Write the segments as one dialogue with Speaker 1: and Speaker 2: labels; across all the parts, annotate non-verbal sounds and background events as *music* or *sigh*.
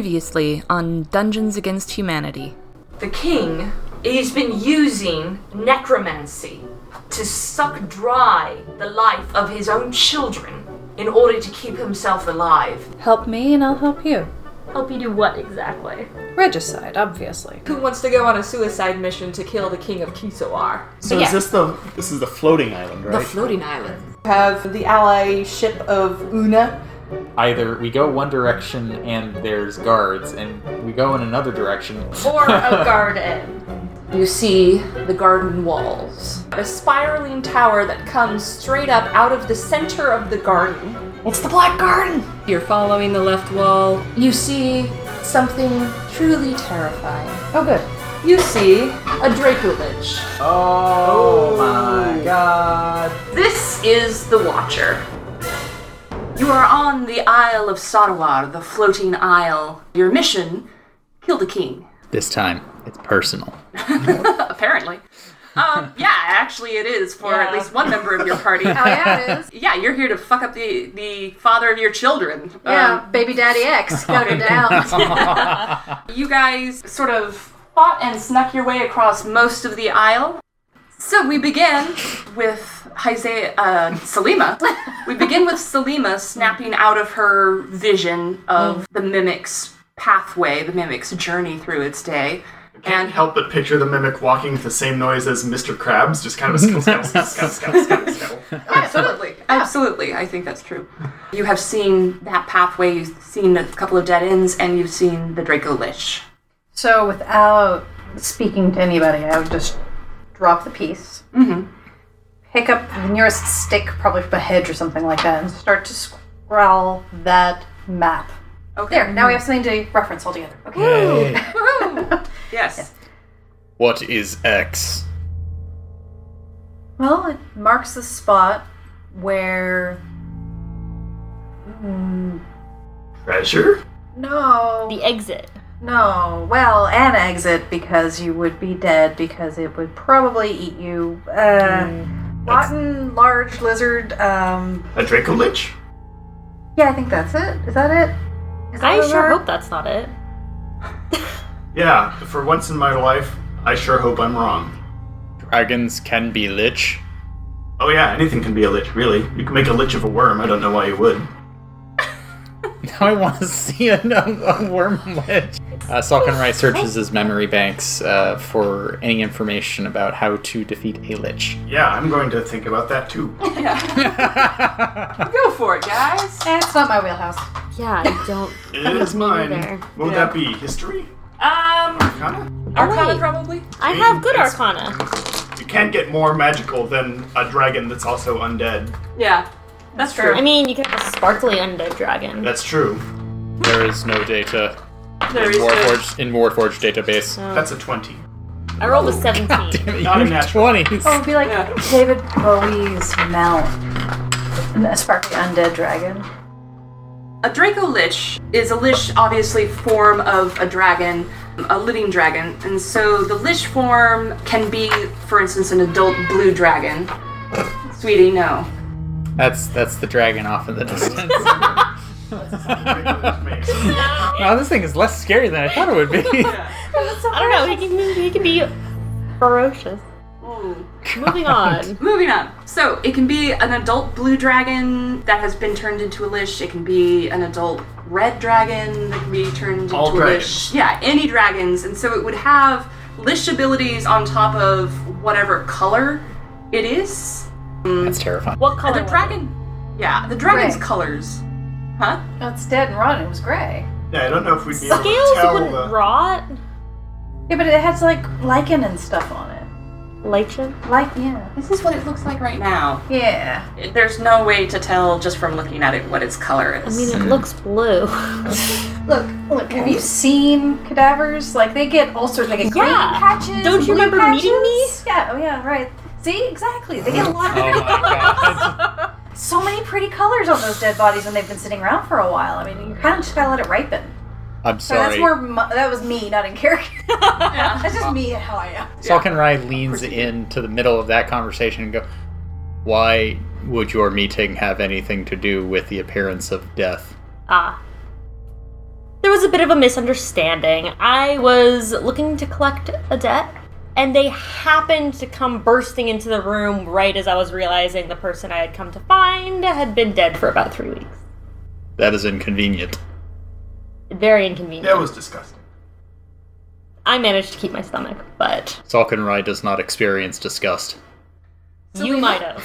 Speaker 1: Previously on Dungeons Against Humanity.
Speaker 2: The king has been using necromancy to suck dry the life of his own children in order to keep himself alive.
Speaker 3: Help me and I'll help you.
Speaker 4: Help you do what exactly?
Speaker 3: Regicide, obviously.
Speaker 5: Who wants to go on a suicide mission to kill the king of Kisawar?
Speaker 6: So is this the this is the floating island, right?
Speaker 5: The floating island.
Speaker 7: Have the ally ship of Una.
Speaker 8: Either we go one direction and there's guards, and we go in another direction.
Speaker 4: Or a garden.
Speaker 2: You see the garden walls, a spiraling tower that comes straight up out of the center of the garden.
Speaker 7: It's the Black Garden!
Speaker 9: You're following the left wall.
Speaker 2: You see something truly terrifying.
Speaker 7: Oh, good.
Speaker 2: You see a Draco Lich.
Speaker 8: Oh my god!
Speaker 2: This is the Watcher. You are on the Isle of Sarwar, the floating isle. Your mission kill the king.
Speaker 8: This time, it's personal.
Speaker 2: apparently. Um, yeah, actually, it is for at least one member of your
Speaker 3: *laughs*
Speaker 2: party.
Speaker 3: Oh, yeah, it is.
Speaker 2: *laughs* yeah, you're here to fuck up the the father of your children. Um,
Speaker 3: Yeah, baby daddy
Speaker 2: *laughs*
Speaker 3: X, got her down.
Speaker 2: you guys sort of fought and snuck your way across most of the aisle. So we begin with Haise, uh, Salima.
Speaker 3: *laughs*
Speaker 2: we begin with Salima snapping out of her vision
Speaker 3: Mm.
Speaker 2: of the mimic's pathway, the mimic's journey through its day.
Speaker 6: Can't help but picture the mimic walking with the same noise as Mr. Krabs, just kind of a skill, skill, skill, skill, skill, skill, *laughs* skill.
Speaker 2: Absolutely. Absolutely. I think that's true. You have seen that pathway, you've seen a couple of dead ends, and you've seen the Draco Lich.
Speaker 3: so, without speaking to anybody, I would just drop the piece, mm-hmm. pick up the nearest stick, probably from a hedge or something like that, and start to scrawl that map.
Speaker 2: Okay.
Speaker 3: There, now we have something to reference altogether. Okay.
Speaker 6: Yay.
Speaker 2: Yes.
Speaker 8: What is X?
Speaker 3: Well, it marks the spot where.
Speaker 6: Treasure?
Speaker 3: No.
Speaker 4: The exit.
Speaker 3: No, well, an exit because you would be dead because it would probably eat you. Uh, rotten large lizard. Um,
Speaker 6: A Draco Lich?
Speaker 3: yeah, I think that's it. Is that it? Is that
Speaker 4: I
Speaker 3: what
Speaker 4: sure
Speaker 3: we're-
Speaker 4: hope that's not it.
Speaker 6: Yeah, for once in my life, I sure hope I'm wrong.
Speaker 8: Dragons can be lich.
Speaker 6: Oh yeah, anything can be a lich, really. You can make a lich of a worm, I don't know why you would.
Speaker 8: *laughs* Now I want to see a, a worm lich. Uh, Salkin Rai searches his memory banks uh, for any information about how to defeat a *laughs* lich.
Speaker 6: Yeah, I'm going to think about that too.
Speaker 2: Go for it, guys.
Speaker 3: Eh, it's not my wheelhouse.
Speaker 9: Yeah,
Speaker 4: *laughs*
Speaker 9: I don't.
Speaker 6: It is mine.
Speaker 9: there.
Speaker 6: What would that be? History?
Speaker 2: Um,
Speaker 6: Arcana?
Speaker 2: Arcana
Speaker 9: Oh, wait.
Speaker 2: probably.
Speaker 9: I have good arcana.
Speaker 6: You can't get more magical than a dragon that's also undead.
Speaker 2: Yeah. That's true.
Speaker 9: I mean, you can have a sparkly undead dragon.
Speaker 6: That's true.
Speaker 8: There is no data
Speaker 2: there
Speaker 8: in
Speaker 2: is no-
Speaker 8: Warforged, in Warforged database.
Speaker 6: That's a 20.
Speaker 9: I rolled
Speaker 4: Oh,
Speaker 9: a 17.
Speaker 6: Oh. Not a natural.
Speaker 8: 20s.
Speaker 3: Oh, it'd be like
Speaker 2: Yeah.
Speaker 3: David Bowie's Mount. And A sparkly undead dragon.
Speaker 2: A Draco Lich is a Lich, obviously, form of a dragon, a living dragon. And so the Lich form can be, for instance, an adult blue dragon. Sweetie, no.
Speaker 8: That's that's the dragon off in the *laughs* distance. wow, this thing is less scary than I thought it
Speaker 3: *laughs*
Speaker 8: would be.
Speaker 3: Oh
Speaker 9: I don't know. He can, he can be ferocious.
Speaker 4: *laughs*
Speaker 9: Moving on.
Speaker 2: Moving on. So it can be an adult blue dragon that has been turned into a lich. It can be an adult red dragon that can be turned
Speaker 6: All
Speaker 2: into a
Speaker 6: dragons.
Speaker 2: lich. Yeah, any dragons. And so it would have lich abilities on top of whatever color it is.
Speaker 8: That's terrifying.
Speaker 9: What color?
Speaker 2: The
Speaker 9: was
Speaker 2: dragon. Yeah, the dragon's
Speaker 3: Right.
Speaker 2: colors. Huh?
Speaker 3: No, it's dead and rotten. It was gray.
Speaker 6: Yeah, I don't know if we'd be
Speaker 9: it? Scales
Speaker 6: able to
Speaker 9: wouldn't
Speaker 6: tell the...
Speaker 9: rot.
Speaker 3: Yeah, but it has like lichen and stuff on it.
Speaker 9: Lichen.
Speaker 3: Like, yeah.
Speaker 2: This is what it looks like right now.
Speaker 3: Yeah.
Speaker 2: There's no way to tell just from looking at it what its color
Speaker 9: I
Speaker 2: is.
Speaker 9: mean,
Speaker 4: Hmm.
Speaker 9: it looks blue. *laughs*
Speaker 3: Look, look, have you seen cadavers? Like, they get all sorts, they get green
Speaker 9: Yeah.
Speaker 3: patches.
Speaker 9: Don't you
Speaker 3: blue
Speaker 9: remember
Speaker 3: patches.
Speaker 9: meeting me?
Speaker 3: Yeah, oh yeah, right. See, exactly. They get a lot
Speaker 8: Oh my god.
Speaker 3: so many pretty colors on those dead bodies when they've been sitting around for a while. I mean, you kind of just gotta let it ripen.
Speaker 8: *laughs* I'm
Speaker 3: So that's
Speaker 8: sorry.
Speaker 3: more. mu- That was me, not in character. That's just me and how I am.
Speaker 8: Salkin Rai leans into the middle of that conversation and go, Why would your meeting have anything to do with the appearance of death?
Speaker 9: ah. There was a bit of a misunderstanding. I was looking to collect a debt, and they happened to come bursting into the room right as I was realizing the person I had come to find had been dead for about three weeks.
Speaker 8: That is inconvenient.
Speaker 9: Very inconvenient.
Speaker 6: That was disgusting.
Speaker 9: I managed to keep my stomach, but
Speaker 8: Salkenrai does not experience disgust.
Speaker 9: you might have.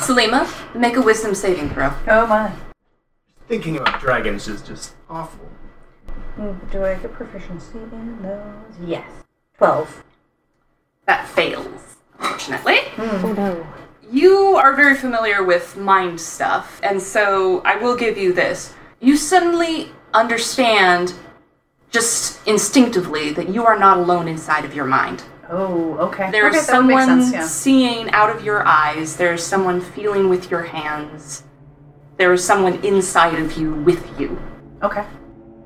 Speaker 2: Selima, make a wisdom saving throw.
Speaker 3: Oh my.
Speaker 6: Thinking about dragons is just awful.
Speaker 3: Mm, Do I get proficiency in those? Yes. 12.
Speaker 2: That fails, fortunately. Oh no. You are very familiar with mind stuff, and so I will give you this. You suddenly understand, just instinctively, that you are not alone inside of your mind.
Speaker 3: Oh, okay.
Speaker 2: There's
Speaker 3: okay, that would make
Speaker 2: someone
Speaker 3: sense,
Speaker 2: seeing out of your eyes, there's someone feeling with your hands, there is someone inside of you with you.
Speaker 3: yeah. Okay.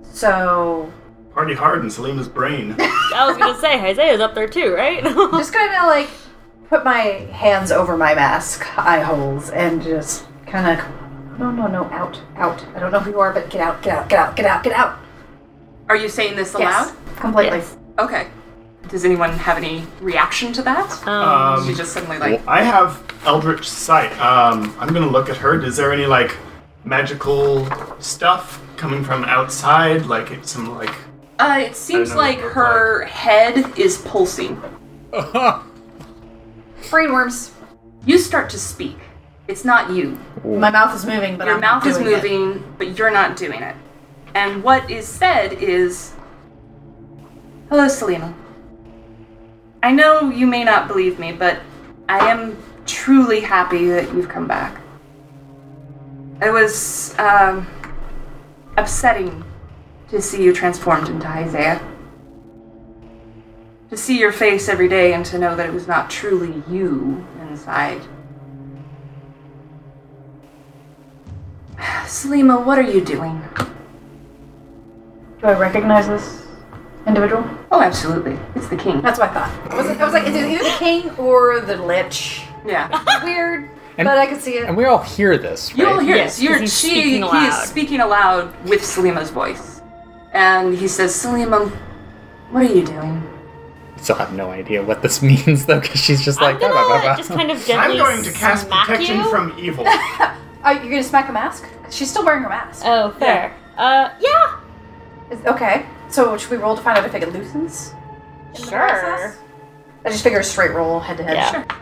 Speaker 3: So,
Speaker 6: Party hard in Selima's brain.
Speaker 9: I was gonna say Isaiah's up there
Speaker 3: *laughs*
Speaker 9: too, right? *laughs*
Speaker 3: just kind of like put my hands over my mask, eye holes, and just kind of no, no, no, out, out. I don't know who you are, but get out, get out, get out, get out, get out.
Speaker 2: Are you saying this
Speaker 3: Yes,
Speaker 2: aloud?
Speaker 3: completely.
Speaker 9: Yes.
Speaker 2: Okay. Does anyone have any reaction to that?
Speaker 6: Um,
Speaker 2: *laughs* she just suddenly like,
Speaker 6: I have Eldritch Sight. Um, I'm gonna look at her. Is there any like magical stuff coming from outside? Like it's some like
Speaker 2: Uh, it seems
Speaker 6: know what
Speaker 2: like
Speaker 6: it looked
Speaker 2: her head is pulsing.
Speaker 3: Brainworms.
Speaker 2: You start to speak. It's not you.
Speaker 3: My mouth is moving, but
Speaker 2: Your
Speaker 3: I'm not
Speaker 2: mouth is
Speaker 3: doing it.
Speaker 2: moving, but you're not doing it. And what is said is Hello, Selima. I know you may not believe me, but I am truly happy that you've come back. It was um, upsetting to see you transformed into Isaiah. To see your face every day and to know that it was not truly you inside. *sighs* Selima, what are you doing?
Speaker 3: Do I recognize this individual?
Speaker 2: Oh, absolutely. It's the king.
Speaker 3: That's what I thought. I was, I was like, it's either the king or the lich.
Speaker 9: *laughs*
Speaker 2: Yeah.
Speaker 3: *laughs* Weird,
Speaker 8: And-
Speaker 3: but I could see it.
Speaker 8: And we all hear this,
Speaker 2: You all
Speaker 8: right?
Speaker 2: hear
Speaker 9: Yes,
Speaker 2: this. You're,
Speaker 9: 'cause he's
Speaker 2: she,
Speaker 9: speaking
Speaker 2: He is
Speaker 9: aloud.
Speaker 2: speaking aloud with Selima's voice. And he says, Selima, what are you doing?
Speaker 8: Still have no idea what this *laughs* means though, because she's just like.
Speaker 9: I'm gonna
Speaker 8: "Bah, bah, bah."
Speaker 9: just kind of
Speaker 6: I'm
Speaker 9: gently
Speaker 6: going to cast
Speaker 9: smack
Speaker 6: protection
Speaker 9: you.
Speaker 6: from
Speaker 9: *laughs*
Speaker 6: evil.
Speaker 3: Are you gonna smack a mask? 'Cause She's still wearing her mask.
Speaker 9: Oh, fair. Uh, yeah.
Speaker 3: Is- okay. So should we roll to find out if it loosens? in the process? I just figure a straight roll head to head.
Speaker 9: Yeah.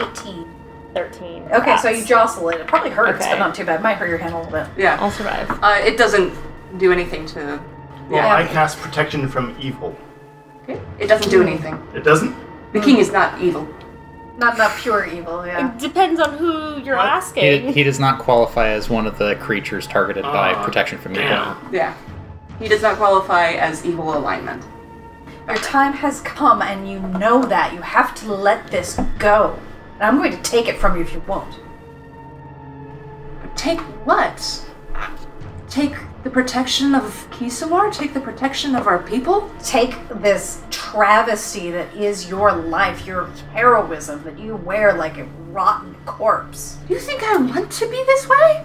Speaker 3: Eighteen.
Speaker 9: Thirteen.
Speaker 3: Okay, so
Speaker 9: That's-
Speaker 3: you jostle it. It probably hurts,
Speaker 9: Okay.
Speaker 3: but not too bad. Might hurt your hand a little bit.
Speaker 2: Yeah.
Speaker 9: I'll survive.
Speaker 2: Uh, it doesn't do anything to.
Speaker 6: Well, I
Speaker 3: Yeah.
Speaker 6: cast protection from evil.
Speaker 2: It doesn't do anything.
Speaker 6: It doesn't.
Speaker 2: The king is not evil.
Speaker 3: Not enough pure evil, yeah.
Speaker 9: Depends on who you're
Speaker 6: What?
Speaker 8: He,
Speaker 9: asking.
Speaker 8: he does not qualify as one of the creatures targeted by
Speaker 6: Aw,
Speaker 8: protection from evil.
Speaker 6: Damn.
Speaker 2: Yeah. He does not qualify as evil alignment.
Speaker 3: Your time has come, and you know that. You have to let this go. And I'm going to take it from you if you won't.
Speaker 2: Take what? Take the protection of Kisawar? Take the protection of our people?
Speaker 3: Take this travesty that is your life, your heroism that you wear like a rotten corpse.
Speaker 2: Do you think I want to be this way?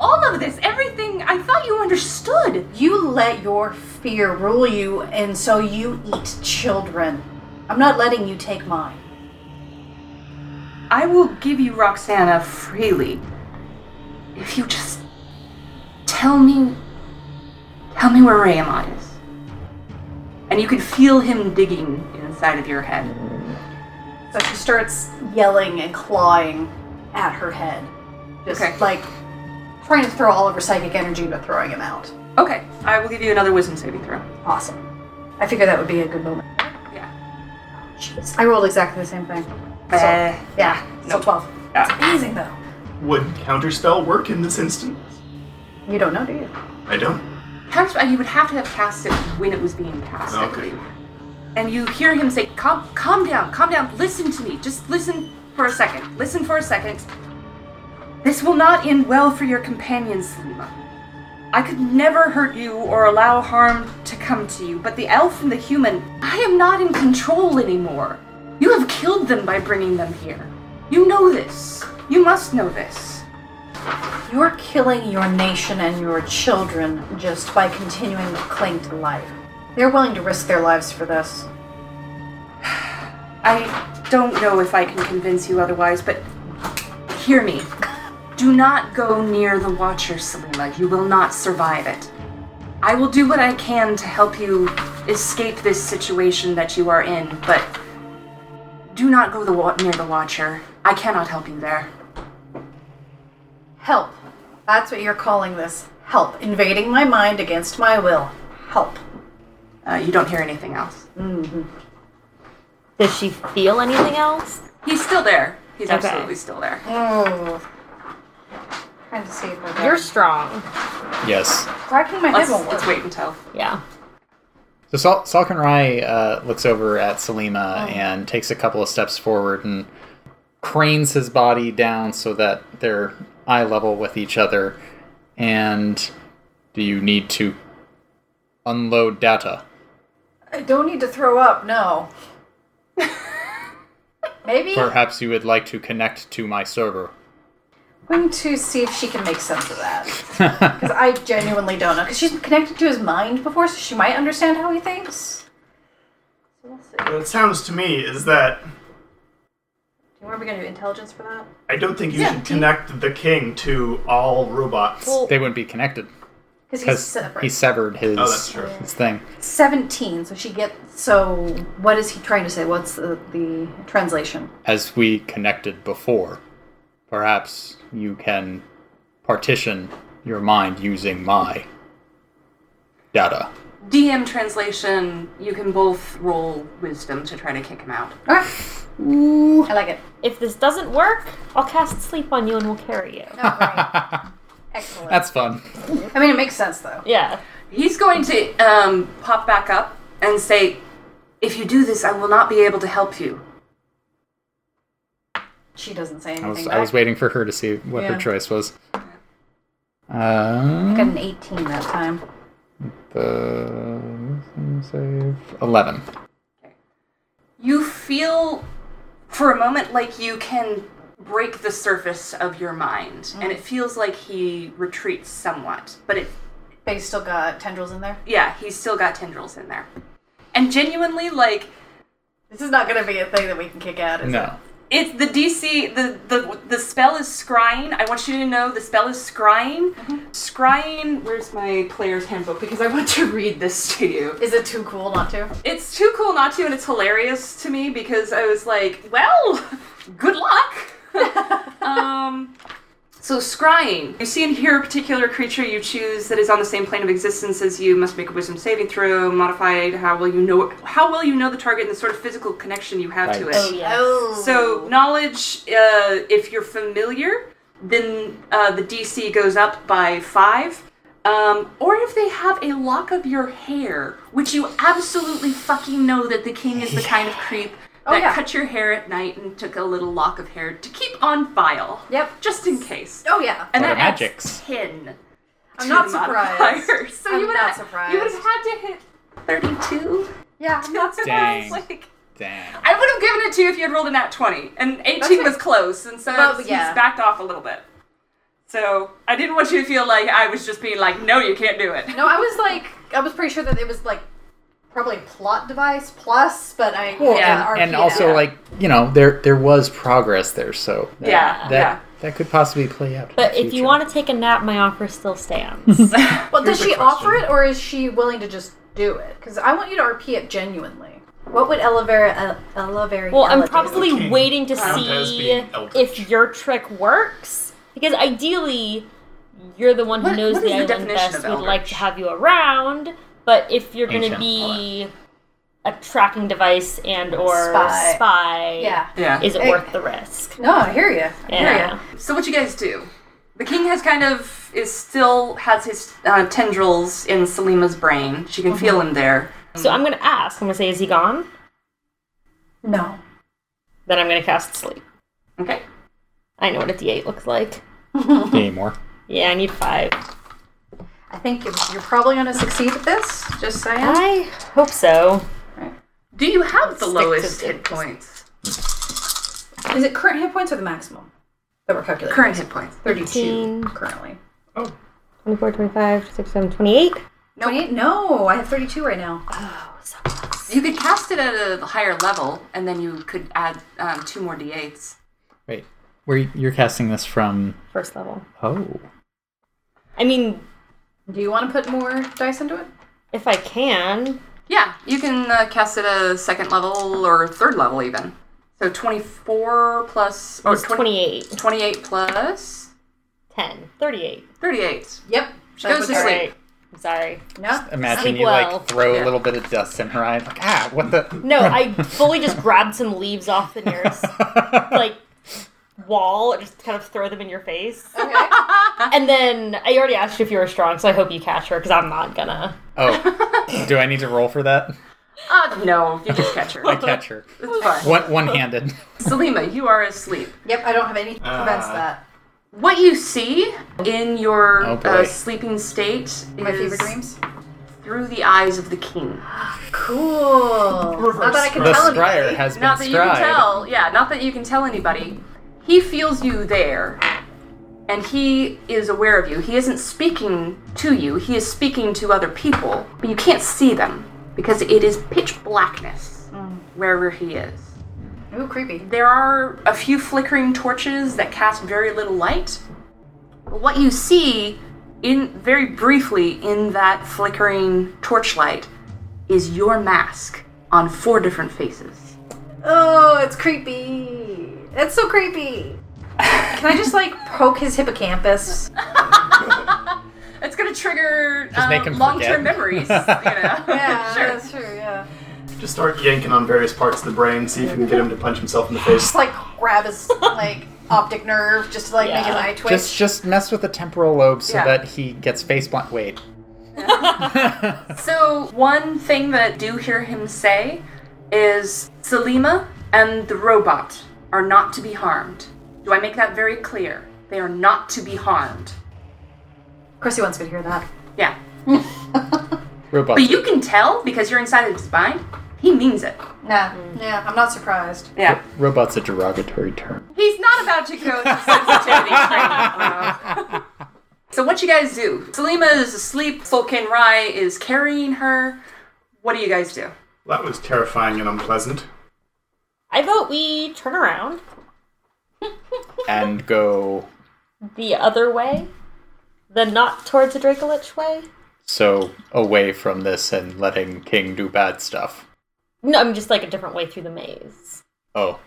Speaker 2: All of this, everything, I thought you understood.
Speaker 3: You let your fear rule you, and so you eat children. I'm not letting you take mine.
Speaker 2: I will give you Roxana freely if you just tell me tell me where Raymond is. And you can feel him digging inside of your head.
Speaker 3: So she starts yelling and clawing at her head. Just
Speaker 2: Okay.
Speaker 3: like trying to throw all of her psychic energy but throwing it out.
Speaker 2: Okay, I will give you another wisdom saving throw.
Speaker 3: Awesome. I figure that would be a good moment.
Speaker 2: Yeah.
Speaker 3: Jeez. I rolled exactly the same thing.
Speaker 2: Eh.
Speaker 3: Yeah. So 12.
Speaker 6: Yeah.
Speaker 3: It's amazing though.
Speaker 6: Would counterspell work in this instance?
Speaker 3: You don't know, do you?
Speaker 6: I don't.
Speaker 2: Cast, uh, you would have to have cast it when it was being cast, I
Speaker 6: Okay.
Speaker 2: believe. And you hear him say, calm, calm down, calm down, listen to me. Just listen for a second. Listen for a second. This will not end well for your companions, Selima. I could never hurt you or allow harm to come to you, but the elf and the human, I am not in control anymore. You have killed them by bringing them here. You know this. You must know this.
Speaker 3: You're killing your nation and your children just by continuing to cling to life. They're willing to risk their lives for this.
Speaker 2: I don't know if I can convince you otherwise, but hear me. Do not go near the Watcher, Selima. You will not survive it. I will do what I can to help you escape this situation that you are in, but do not go the wa- near the Watcher. I cannot help you there.
Speaker 3: Help. That's what you're calling this. Help. Invading my mind against my will. Help.
Speaker 2: Uh, you don't hear anything else.
Speaker 9: Does she feel anything else?
Speaker 2: He's still there. He's
Speaker 9: Okay.
Speaker 2: absolutely still there.
Speaker 3: Oh. Trying to see if I
Speaker 9: You're
Speaker 3: You're
Speaker 9: strong.
Speaker 8: Yes.
Speaker 3: cracking my head
Speaker 2: Let's,
Speaker 3: won't
Speaker 2: let's
Speaker 3: work.
Speaker 2: wait until.
Speaker 9: Yeah.
Speaker 8: So Sal- Salkin Rai uh, looks over at
Speaker 3: Oh.
Speaker 8: Selima and takes a couple of steps forward and cranes his body down so that they're eye level with each other. And do you need to unload data?
Speaker 3: I don't need to throw up, no. *laughs* Maybe I'm
Speaker 8: Perhaps you would like to connect to my server.
Speaker 3: going to see if she can make sense of that. Because I genuinely don't know. Because she's connected to his mind before, so she might understand how he thinks.
Speaker 6: What it sounds to me is that
Speaker 3: Do you want me to do intelligence for that?
Speaker 6: I don't think you
Speaker 3: Yeah,
Speaker 6: should
Speaker 3: do you-
Speaker 6: connect the king to all robots.
Speaker 8: They wouldn't be connected
Speaker 3: Because he's
Speaker 8: because
Speaker 3: separate.
Speaker 8: he severed his,
Speaker 6: Oh, that's true.
Speaker 8: his thing.
Speaker 3: 17, so she gets. So, what is he trying to say? What's the, the translation?
Speaker 8: As we connected before, perhaps you can partition your mind using my data.
Speaker 2: DM translation, you can both roll wisdom to try to kick him out.
Speaker 3: Okay. I like it.
Speaker 9: If this doesn't work, I'll cast sleep on you and we'll carry you.
Speaker 3: All
Speaker 8: *laughs*
Speaker 3: right.
Speaker 8: *laughs*
Speaker 3: Excellent.
Speaker 8: That's fun.
Speaker 3: I mean, it makes sense, though.
Speaker 9: Yeah.
Speaker 2: He's going to um, pop back up and say, If you do this, I will not be able to help you.
Speaker 3: She doesn't say
Speaker 8: I
Speaker 3: anything.
Speaker 8: was
Speaker 3: back.
Speaker 8: I was waiting for her to see what
Speaker 3: Yeah.
Speaker 8: her choice was. Uh,
Speaker 3: I got an 18 that time.
Speaker 8: the wisdom save eleven.
Speaker 2: You feel for a moment like you can break the surface of your mind, and it feels like he retreats somewhat. But it,
Speaker 3: But he's still got tendrils in there.
Speaker 2: yeah, he's still got tendrils in there. And genuinely, like,
Speaker 3: This is not going to be a thing that we can kick out, is it?
Speaker 8: No,
Speaker 2: it's the DC the the the spell is scrying. I want you to know the spell is scrying. Scrying.
Speaker 5: Where's my player's handbook? Because I want
Speaker 2: *laughs*
Speaker 5: to read this to you.
Speaker 3: Is it too cool not to?
Speaker 2: It's too cool not to, and it's hilarious to me because I was like, well, good luck. um. So scrying. You see and hear a particular creature you choose that is on the same plane of existence as you must make a wisdom saving throw, modified how will you know how well you know the target and the sort of physical connection you have to it.
Speaker 8: Right.
Speaker 9: Oh, yeah.
Speaker 3: Oh.
Speaker 2: So knowledge, uh, if you're familiar, then uh, the DC goes up by five. Um, or if they have a lock of your hair, which you absolutely fucking know that the king
Speaker 3: *laughs*
Speaker 2: is the kind of creep that
Speaker 3: Oh, yeah.
Speaker 2: cut your hair at night and took a little lock of hair to keep on file.
Speaker 3: Yep.
Speaker 2: Just in case.
Speaker 3: Oh, yeah.
Speaker 2: And
Speaker 8: What
Speaker 2: that
Speaker 8: are
Speaker 2: adds
Speaker 8: magics?
Speaker 2: ten.
Speaker 3: I'm
Speaker 2: to
Speaker 3: not
Speaker 2: the
Speaker 3: surprised.
Speaker 2: modifier. *laughs* So
Speaker 3: I'm
Speaker 2: you would
Speaker 3: not
Speaker 2: have, You would have
Speaker 3: surprised.
Speaker 2: had to hit thirty-two.
Speaker 3: Yeah, I'm not
Speaker 8: Dang.
Speaker 3: *laughs*
Speaker 2: It's like
Speaker 8: damn.
Speaker 2: I would have given it to you if you had rolled a nat 20. And 18
Speaker 3: Okay.
Speaker 2: was close, and so
Speaker 3: Well,
Speaker 2: it's-
Speaker 3: yeah.
Speaker 2: he's backed off a little bit. So I didn't want you to feel like I was just being like, no, you can't do it.
Speaker 3: No, I was like, I was pretty sure that it was like probably plot device plus, but I
Speaker 2: yeah,
Speaker 3: RP
Speaker 8: And
Speaker 3: it
Speaker 8: also,
Speaker 3: out.
Speaker 8: like you know, there there was progress there, so that,
Speaker 2: Yeah,
Speaker 8: that
Speaker 2: yeah.
Speaker 8: that could possibly play out. in
Speaker 9: But
Speaker 8: the
Speaker 9: if you
Speaker 8: future.
Speaker 9: want to take a nap, my offer still stands.
Speaker 3: well, does
Speaker 8: here's
Speaker 3: she
Speaker 8: a question.
Speaker 3: offer it or is she willing to just do it? Because I want you to RP it genuinely. What would Elevera uh, Elevera?
Speaker 9: well, I'm
Speaker 3: Ella do?
Speaker 9: probably
Speaker 6: Okay.
Speaker 9: waiting to
Speaker 6: Count as
Speaker 9: see
Speaker 6: being eldritch.
Speaker 9: if your trick works. Because ideally, you're the one who
Speaker 2: What-
Speaker 9: knows
Speaker 2: what
Speaker 9: the
Speaker 2: is the
Speaker 9: island
Speaker 2: definition
Speaker 9: best.
Speaker 2: of
Speaker 9: We'd like
Speaker 2: eldritch?
Speaker 9: to have you around. But if you're going to
Speaker 8: Ancient.
Speaker 9: be a tracking device and or
Speaker 3: Spy.
Speaker 9: spy,
Speaker 3: Yeah.
Speaker 2: Yeah.
Speaker 9: is it
Speaker 3: Hey.
Speaker 9: worth the risk?
Speaker 3: No, I hear you. I hear
Speaker 9: Yeah.
Speaker 3: you.
Speaker 2: So what you guys do? The king has kind of is still has his uh, tendrils in Selima's brain. She can feel him there.
Speaker 9: So I'm going to ask. I'm going to say, is he gone?
Speaker 3: No.
Speaker 9: Then I'm going to cast sleep.
Speaker 2: Okay.
Speaker 9: I know what a D8 looks like.
Speaker 8: anymore,
Speaker 9: Yeah, I need five.
Speaker 3: I think you're you're probably going to succeed at this. Just saying.
Speaker 9: I hope so.
Speaker 2: Do you have the
Speaker 9: stick to
Speaker 3: Uh,
Speaker 2: lowest
Speaker 9: the-
Speaker 2: hit points?
Speaker 3: Is it current hit points or the maximum? that we're calculating.
Speaker 2: Current hit points.
Speaker 3: 32 currently.
Speaker 9: 24, 25, 26, 27, 28.
Speaker 3: 28? No, I have 32 right now.
Speaker 2: You could cast it at a higher level, and then you could add um, two more d8s.
Speaker 8: Wait, where you're casting this from?
Speaker 9: First level.
Speaker 8: Oh,
Speaker 9: I mean,
Speaker 3: Do you want to put more dice into it?
Speaker 9: if I can.
Speaker 2: Yeah, you can uh, cast it at a second level or third level even. So 24 plus
Speaker 6: Oh,
Speaker 2: or
Speaker 9: It's 28,
Speaker 2: 28 plus
Speaker 9: 10, 38.
Speaker 2: 38.
Speaker 3: Yep.
Speaker 2: She goes to sleep.
Speaker 9: Right. I'm sorry.
Speaker 3: No?
Speaker 8: imagine
Speaker 9: Sleep
Speaker 8: you
Speaker 9: well.
Speaker 8: like throw
Speaker 2: Yeah.
Speaker 8: a little bit of dust in her eye, like ah,
Speaker 2: *laughs*
Speaker 8: what the? *laughs*
Speaker 9: No, I fully
Speaker 6: *laughs*
Speaker 9: just grabbed some leaves off the nearest like wall and just kind of throw them in your face.
Speaker 3: Okay.
Speaker 9: *laughs* And then I already asked you if you were strong, so I hope you catch her because I'm not
Speaker 6: *laughs*
Speaker 9: gonna.
Speaker 2: *laughs*
Speaker 8: oh, do I need to roll for that?
Speaker 2: Uh, no, you just catch her.
Speaker 8: I catch her
Speaker 2: *laughs* It's fine.
Speaker 8: one one
Speaker 2: *laughs*
Speaker 8: handed.
Speaker 2: Selima, you are asleep.
Speaker 3: Yep, I don't have anything that prevents
Speaker 6: Ah.
Speaker 3: that.
Speaker 2: What you see in your
Speaker 8: Oh, boy.
Speaker 2: uh, sleeping state is
Speaker 3: My favorite dreams.
Speaker 2: through the eyes of the king.
Speaker 3: Cool. Not that I can
Speaker 8: The
Speaker 3: tell
Speaker 8: scryer
Speaker 3: anybody.
Speaker 8: has been
Speaker 2: Not that you can
Speaker 8: scried.
Speaker 2: tell. Yeah, not that you can tell anybody. He feels you there. And he is aware of you. He isn't speaking to you, he is speaking to other people. But you can't see them because it is pitch blackness wherever he is.
Speaker 3: Ooh, creepy.
Speaker 2: There are a few flickering torches that cast very little light. But What you see in very briefly in that flickering torchlight is your mask on four different faces.
Speaker 3: Oh, it's creepy. It's so creepy. Can I just like poke his hippocampus?
Speaker 2: It's gonna trigger
Speaker 8: make him
Speaker 2: um, long-term
Speaker 8: forget.
Speaker 2: memories.
Speaker 8: *laughs*
Speaker 2: You know? *laughs*
Speaker 3: Yeah,
Speaker 2: sure.
Speaker 3: that's true. Yeah.
Speaker 6: Just start yanking on various parts of the brain, see if you can get him to punch himself in the face.
Speaker 3: Just like grab his
Speaker 8: *laughs*
Speaker 3: like optic nerve, just to, like make his eye twitch.
Speaker 8: Just just mess with the temporal lobe so
Speaker 2: Yeah.
Speaker 8: that he gets face blind. Wait.
Speaker 2: So one thing that I do hear him say is Selima and the robot are not to be harmed. Do I make that very clear? They are not to be harmed.
Speaker 3: Chrissy wants me to hear that.
Speaker 2: Yeah.
Speaker 8: Robot.
Speaker 2: But you can tell because you're inside of his mind. He means it.
Speaker 3: Nah. Yeah, I'm not surprised.
Speaker 2: Yeah.
Speaker 8: Robot's a derogatory term.
Speaker 2: He's not about to go through sensitivity training. bro. so what you guys do? Selima is asleep. Solkin Rai is carrying her. What do you guys do?
Speaker 6: That was terrifying and unpleasant.
Speaker 9: I vote we turn around
Speaker 8: And go.
Speaker 9: the other way, the not towards the Dracolich way.
Speaker 8: So away from this and letting King do bad stuff.
Speaker 9: No, I'm just like a different way through the maze.
Speaker 8: Oh,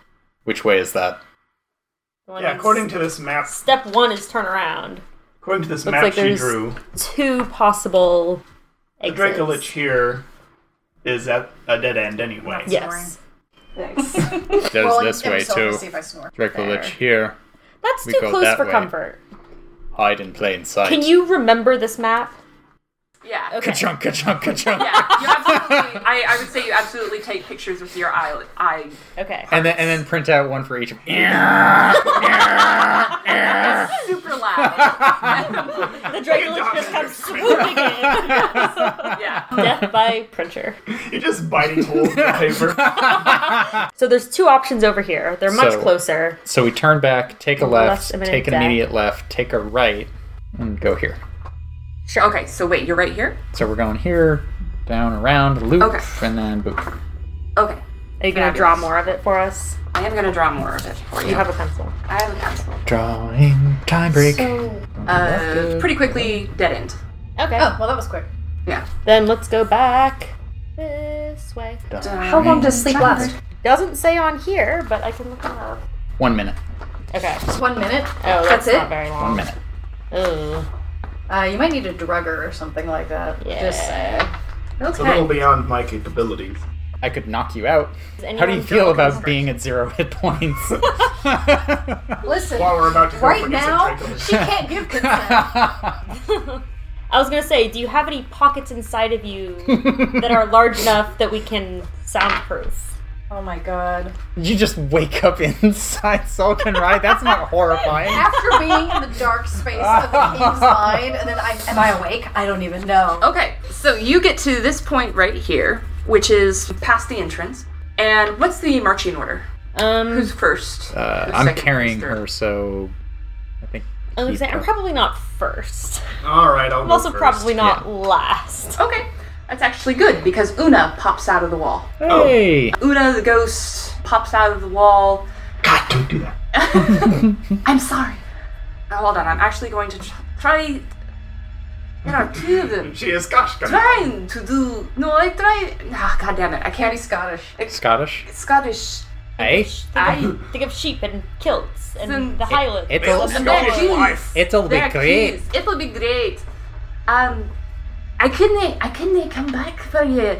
Speaker 8: which way is that?
Speaker 9: The one
Speaker 6: Yeah,
Speaker 9: is-
Speaker 6: according to this map,
Speaker 9: Step one is turn around.
Speaker 6: according to this
Speaker 9: Looks
Speaker 6: map
Speaker 9: like
Speaker 6: she
Speaker 9: there's
Speaker 6: drew,
Speaker 9: Two possible
Speaker 6: the
Speaker 9: exits.
Speaker 6: Dracolich here is at a dead end anyway.
Speaker 9: Yes,
Speaker 8: There's
Speaker 3: Well,
Speaker 8: this
Speaker 3: I'm
Speaker 8: way
Speaker 3: still gonna
Speaker 8: too.
Speaker 3: See if I snore.
Speaker 8: Dracolich here.
Speaker 9: that's
Speaker 8: We
Speaker 9: too
Speaker 8: go
Speaker 9: close
Speaker 8: that
Speaker 9: for
Speaker 8: way.
Speaker 9: comfort.
Speaker 8: Hide in plain sight.
Speaker 9: Can you remember this map?
Speaker 2: Yeah.
Speaker 8: Ka-chunk, ka-chunk, ka-chunk.
Speaker 2: Yeah, you absolutely. I, I would say you absolutely take pictures with your eye. eye.
Speaker 9: Okay.
Speaker 8: And then and then print out one for each. of
Speaker 2: Super loud.
Speaker 9: The Dracolich
Speaker 8: *laughs*
Speaker 9: just comes swooping in. *laughs*
Speaker 2: Yeah.
Speaker 9: Death by printer.
Speaker 6: You're just biting holes in the paper.
Speaker 9: So there's two options over here. They're much
Speaker 8: So-
Speaker 9: closer.
Speaker 8: So we turn back, take a
Speaker 9: Left
Speaker 8: left,
Speaker 9: and then
Speaker 8: take an
Speaker 9: back.
Speaker 8: immediate left, take a right, and go here.
Speaker 2: Okay, so wait, you're right here?
Speaker 8: So we're going here, down, around, loop,
Speaker 2: Okay.
Speaker 8: and then boop.
Speaker 2: Okay.
Speaker 9: Are you gonna draw more of it for us?
Speaker 2: I am going to draw more of it for
Speaker 9: You
Speaker 2: you.
Speaker 9: have a pencil.
Speaker 2: I have a pencil.
Speaker 8: Drawing time break.
Speaker 2: Uh, pretty quickly, dead end.
Speaker 9: Okay.
Speaker 3: Oh, well, that was quick.
Speaker 2: Yeah.
Speaker 9: Then let's go back this way.
Speaker 3: How long does sleep last?
Speaker 9: Doesn't say on here, but I can look it up.
Speaker 8: One minute.
Speaker 9: Okay.
Speaker 3: Just one minute.
Speaker 9: Oh, that's,
Speaker 3: That's it?
Speaker 9: not very
Speaker 8: One
Speaker 9: long.
Speaker 8: minute.
Speaker 9: Oh,
Speaker 3: Uh, you might need a drugger or something like that.
Speaker 9: yeah.
Speaker 3: Just saying.
Speaker 6: It's a little beyond my capabilities.
Speaker 8: I could knock you out.
Speaker 9: Does
Speaker 8: How do you
Speaker 9: anyone
Speaker 8: feel
Speaker 9: feel
Speaker 8: about being at zero hit points?
Speaker 3: Listen,
Speaker 6: While we're about to go
Speaker 3: right
Speaker 6: for
Speaker 3: now,
Speaker 6: Dracolich.
Speaker 3: she can't give *laughs*
Speaker 8: *laughs*
Speaker 3: consent.
Speaker 9: *laughs* I was gonna say, do you have any pockets inside of you
Speaker 8: *laughs*
Speaker 9: that are large enough that we can soundproof?
Speaker 3: oh my god.
Speaker 8: you just wake up *laughs* inside Sulkin, right? That's not horrifying.
Speaker 3: After being in the dark space of the king's mind, and then I am I awake? I don't even know.
Speaker 2: Okay, so you get to this point right here, which is past the entrance. And what's the marching order?
Speaker 9: Um,
Speaker 2: Who's first?
Speaker 8: Uh,
Speaker 2: Who's
Speaker 8: I'm
Speaker 2: second?
Speaker 8: carrying
Speaker 2: Who's third?
Speaker 8: her, so I think.
Speaker 9: I was
Speaker 8: he
Speaker 9: saying, I'm
Speaker 8: prob-
Speaker 9: probably not first.
Speaker 6: All right, I'll
Speaker 9: I'm
Speaker 6: go
Speaker 9: also
Speaker 6: first.
Speaker 9: probably not last.
Speaker 2: Okay, that's actually good because Una pops out of the wall.
Speaker 6: Oh.
Speaker 8: Hey!
Speaker 2: Una, the ghost, pops out of the wall.
Speaker 6: God, don't do that.
Speaker 2: I'm sorry. Now, hold on, I'm actually going to tr- try. There are two of them
Speaker 6: She is gosh.
Speaker 2: trying to do. No, I try. Ah, God damn it, I can't. He's
Speaker 3: Scottish.
Speaker 8: Scottish?
Speaker 2: Scottish.
Speaker 8: Hey?
Speaker 2: I.
Speaker 9: Think of sheep and kilts and
Speaker 2: Then
Speaker 9: the Highlands.
Speaker 8: It's all,
Speaker 2: Scottish wife.
Speaker 8: it'll be
Speaker 2: They're
Speaker 8: great.
Speaker 2: keys. It'll be great. Um, I couldn't. I couldn't come back for you.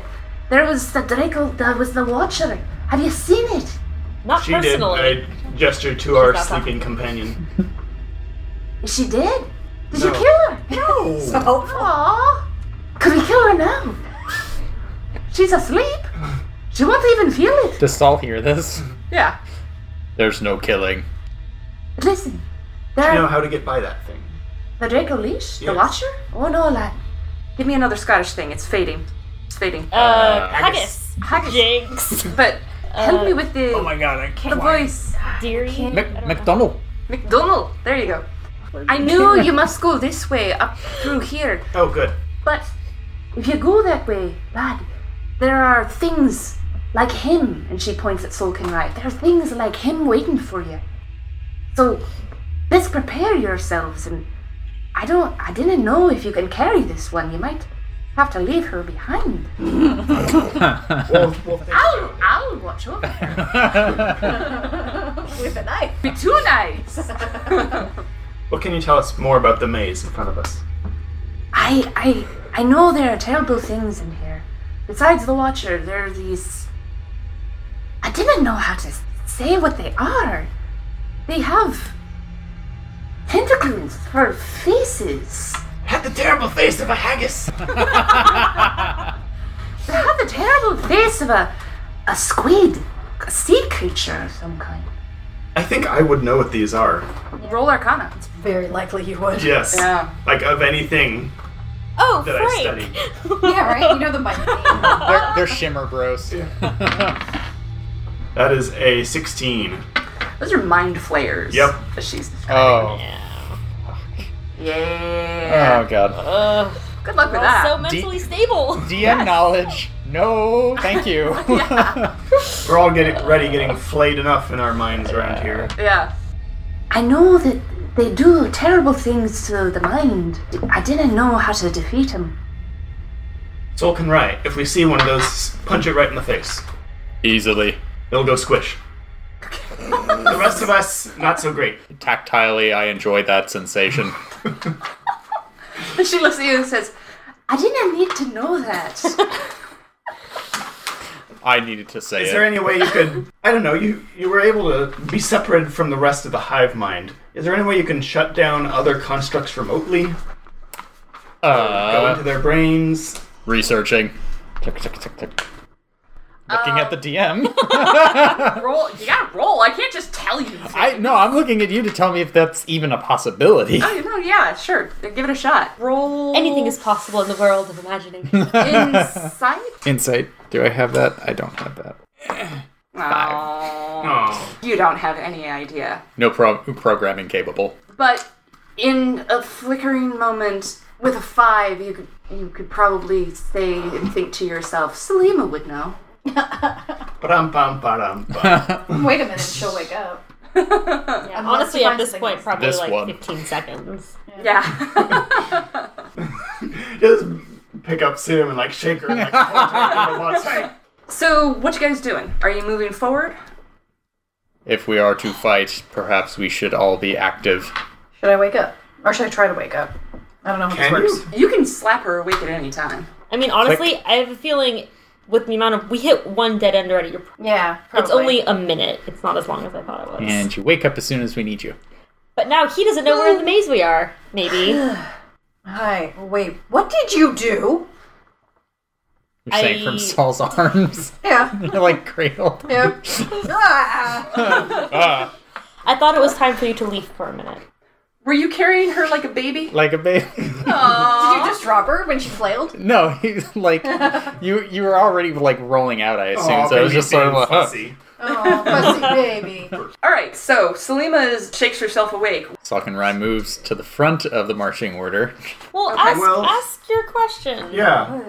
Speaker 2: There was the Draco. There was the Watcher. Have you seen it?
Speaker 9: not
Speaker 6: She did.
Speaker 9: personally.
Speaker 6: I gestured to our
Speaker 9: not
Speaker 6: sleeping companion.
Speaker 2: She did. Did you
Speaker 6: No.
Speaker 2: kill her?
Speaker 6: No.
Speaker 9: Oh.
Speaker 2: Aww. Could we kill her now? She's asleep. She won't even feel it.
Speaker 8: Does Saul hear this?
Speaker 2: Yeah.
Speaker 8: There's no killing.
Speaker 2: Listen.
Speaker 6: You
Speaker 2: There,
Speaker 6: know how to get by that thing.
Speaker 2: the Draco leash, the
Speaker 6: Yes.
Speaker 2: Watcher. Oh no, lad. Give me another Scottish thing. It's fading. It's fading.
Speaker 9: uh,
Speaker 6: haggis.
Speaker 2: Haggis.
Speaker 9: haggis. Jinx.
Speaker 2: But help me with the
Speaker 6: Oh god, I
Speaker 2: the
Speaker 6: can't.
Speaker 2: voice.
Speaker 9: Deary.
Speaker 8: Mac- McDonald.
Speaker 2: McDonald. There you go. I knew you must go this way up through here,
Speaker 6: Oh, good.
Speaker 2: but if you go that way, lad, there are things like him. And she points at Solkin Rai. There are things like him waiting for you. So let's prepare yourselves. And I don't. I didn't know if you can carry this one. You might have to leave her behind.
Speaker 6: *laughs* Well, well, thank you.
Speaker 2: I'll. I'll watch over. her.
Speaker 3: With a knife.
Speaker 2: Be too nice.
Speaker 6: What can you tell us more about the maze in front of us?
Speaker 2: I, I, I know there are terrible things in here. Besides the Watcher, there are these. I didn't know how to say what they are. They have tentacles for faces.
Speaker 6: Had the terrible face of
Speaker 2: *laughs*
Speaker 6: a haggis.
Speaker 2: They have the terrible face of a, a squid, a sea creature of some kind.
Speaker 6: I think I would know what these are.
Speaker 2: Roll Arcana.
Speaker 3: Very likely you would.
Speaker 6: Yes.
Speaker 2: Yeah.
Speaker 6: Like of anything
Speaker 9: Oh,
Speaker 6: that I
Speaker 9: Frank.
Speaker 6: studied.
Speaker 3: Yeah, right? You know them by name.
Speaker 8: They're, they're shimmer bros.
Speaker 6: That is a 16.
Speaker 2: Those are mind flayers.
Speaker 6: Yep.
Speaker 2: That she's describing.
Speaker 8: *laughs* oh.
Speaker 2: Yeah.
Speaker 8: Oh, God.
Speaker 9: Ugh.
Speaker 2: Good luck with
Speaker 9: We're all
Speaker 2: that.
Speaker 9: so mentally stable.
Speaker 8: DM knowledge. No, thank you.
Speaker 6: We're all getting ready, getting flayed enough in our minds around here.
Speaker 2: Yeah. I know that they do terrible things to the mind. I didn't know how to defeat them.
Speaker 6: Soul can right. If we see one of those, punch it right in the face.
Speaker 8: Easily.
Speaker 6: It'll go squish. the rest of us, not so great. *laughs*
Speaker 8: Tactilely, I enjoy that sensation.
Speaker 2: she looks at you and says, I didn't need to know that.
Speaker 8: I needed to say
Speaker 6: Is
Speaker 8: it.
Speaker 6: there any way you could? I don't know. You you were able to be separated from the rest of the hive mind. Is there any way you can shut down other constructs remotely? Go into
Speaker 8: uh,
Speaker 6: their brains.
Speaker 8: researching. Tick, tick, tick, tick. Looking at the DM.
Speaker 2: roll. You gotta roll. I can't just tell
Speaker 6: *laughs*
Speaker 2: you.
Speaker 8: I no, I'm looking at you to tell me if that's even a possibility.
Speaker 2: Oh, no, yeah, sure. Give it a shot. Roll.
Speaker 9: Anything is possible in the world of
Speaker 6: *laughs*
Speaker 9: imagining.
Speaker 2: Insight?
Speaker 8: *laughs* Insight. Do I have that? I don't have that.
Speaker 2: Five.
Speaker 6: Oh,
Speaker 2: You don't have any idea.
Speaker 8: No pro- programming capable.
Speaker 2: But in a flickering moment, with a five, you could, you could probably say and think to yourself, Selima would know.
Speaker 6: bam bam bam
Speaker 8: *laughs*
Speaker 6: bam.
Speaker 3: Wait a minute, she'll wake up.
Speaker 9: Yeah, honestly,
Speaker 3: you
Speaker 9: at
Speaker 3: find
Speaker 9: this
Speaker 3: something
Speaker 9: point,
Speaker 3: else.
Speaker 9: probably
Speaker 8: This
Speaker 9: like
Speaker 8: one.
Speaker 9: 15 seconds.
Speaker 2: Yeah.
Speaker 6: Just pick up Sim and like shake her. And, like, point her at the monster.
Speaker 2: *laughs* So, what you guys doing? Are you moving forward?
Speaker 8: If we are to fight, perhaps we should all be active.
Speaker 3: Should I wake up? Or should I try to wake up? I don't know how this
Speaker 6: Can
Speaker 3: works.
Speaker 6: you?
Speaker 2: You can slap her awake at any time.
Speaker 9: I mean, honestly, I have a feeling with the amount of we hit one dead end already. You're, pr-
Speaker 3: Yeah, probably.
Speaker 9: it's only a minute. It's not as long as I thought it was.
Speaker 8: And you wake up as soon as we need you.
Speaker 9: But now he doesn't know where
Speaker 3: *sighs*
Speaker 9: in the maze we are. Maybe
Speaker 3: Hi, wait, what did you do?
Speaker 8: You're saying
Speaker 9: I-
Speaker 8: from Saul's *laughs* arms.
Speaker 3: Yeah, *laughs*
Speaker 8: They're like cradled.
Speaker 3: yeah. Ah.
Speaker 8: Ah,
Speaker 9: I thought it was time for you to leave for a minute.
Speaker 2: Were you carrying her like a baby?
Speaker 8: like a baby.
Speaker 3: Did you just robber when she flailed?
Speaker 8: No, he, like you you were already like rolling out, I assume. so it was just sort of like, huh.
Speaker 6: fussy.
Speaker 3: Oh, fussy baby.
Speaker 2: All right, so Selima is, shakes herself awake.
Speaker 8: Salkinrai moves to the front of the marching order.
Speaker 9: Well, ask,
Speaker 6: well-
Speaker 9: ask your question.
Speaker 6: Yeah.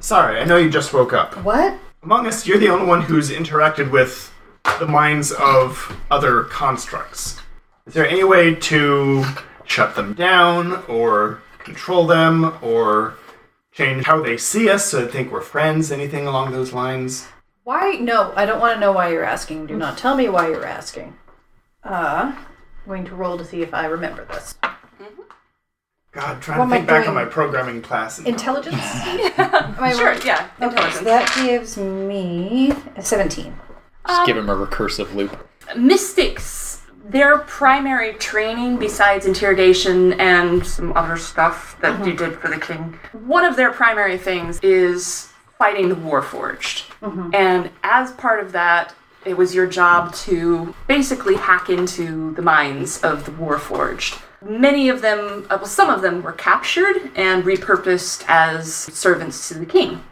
Speaker 6: Sorry, I know you just woke up.
Speaker 3: What?
Speaker 6: Among us, you're the only one who's interacted with the minds of other constructs. Is there any way to shut them down, or control them, or change how they see us so they think we're friends? Anything along those lines?
Speaker 3: Why? No, I don't want to know why you're asking. Do not tell me why you're asking. Uh, I'm going to roll to see if I remember this.
Speaker 6: God, trying
Speaker 3: What am
Speaker 6: to
Speaker 3: I
Speaker 6: think back on
Speaker 3: doing?
Speaker 6: my programming class. And
Speaker 3: Intelligence? *laughs* Am I
Speaker 2: Sure,
Speaker 3: right?
Speaker 2: yeah,
Speaker 3: Okay,
Speaker 2: intelligence.
Speaker 3: so that gives me a 17.
Speaker 8: Just give him a recursive loop.
Speaker 2: Mystics. Their primary training, besides interrogation and some other stuff that you did for the king, one of their primary things is fighting the Warforged. And as part of that, it was your job to basically hack into the minds of the Warforged. Many of them, uh, well, some of them were captured and repurposed as servants to the king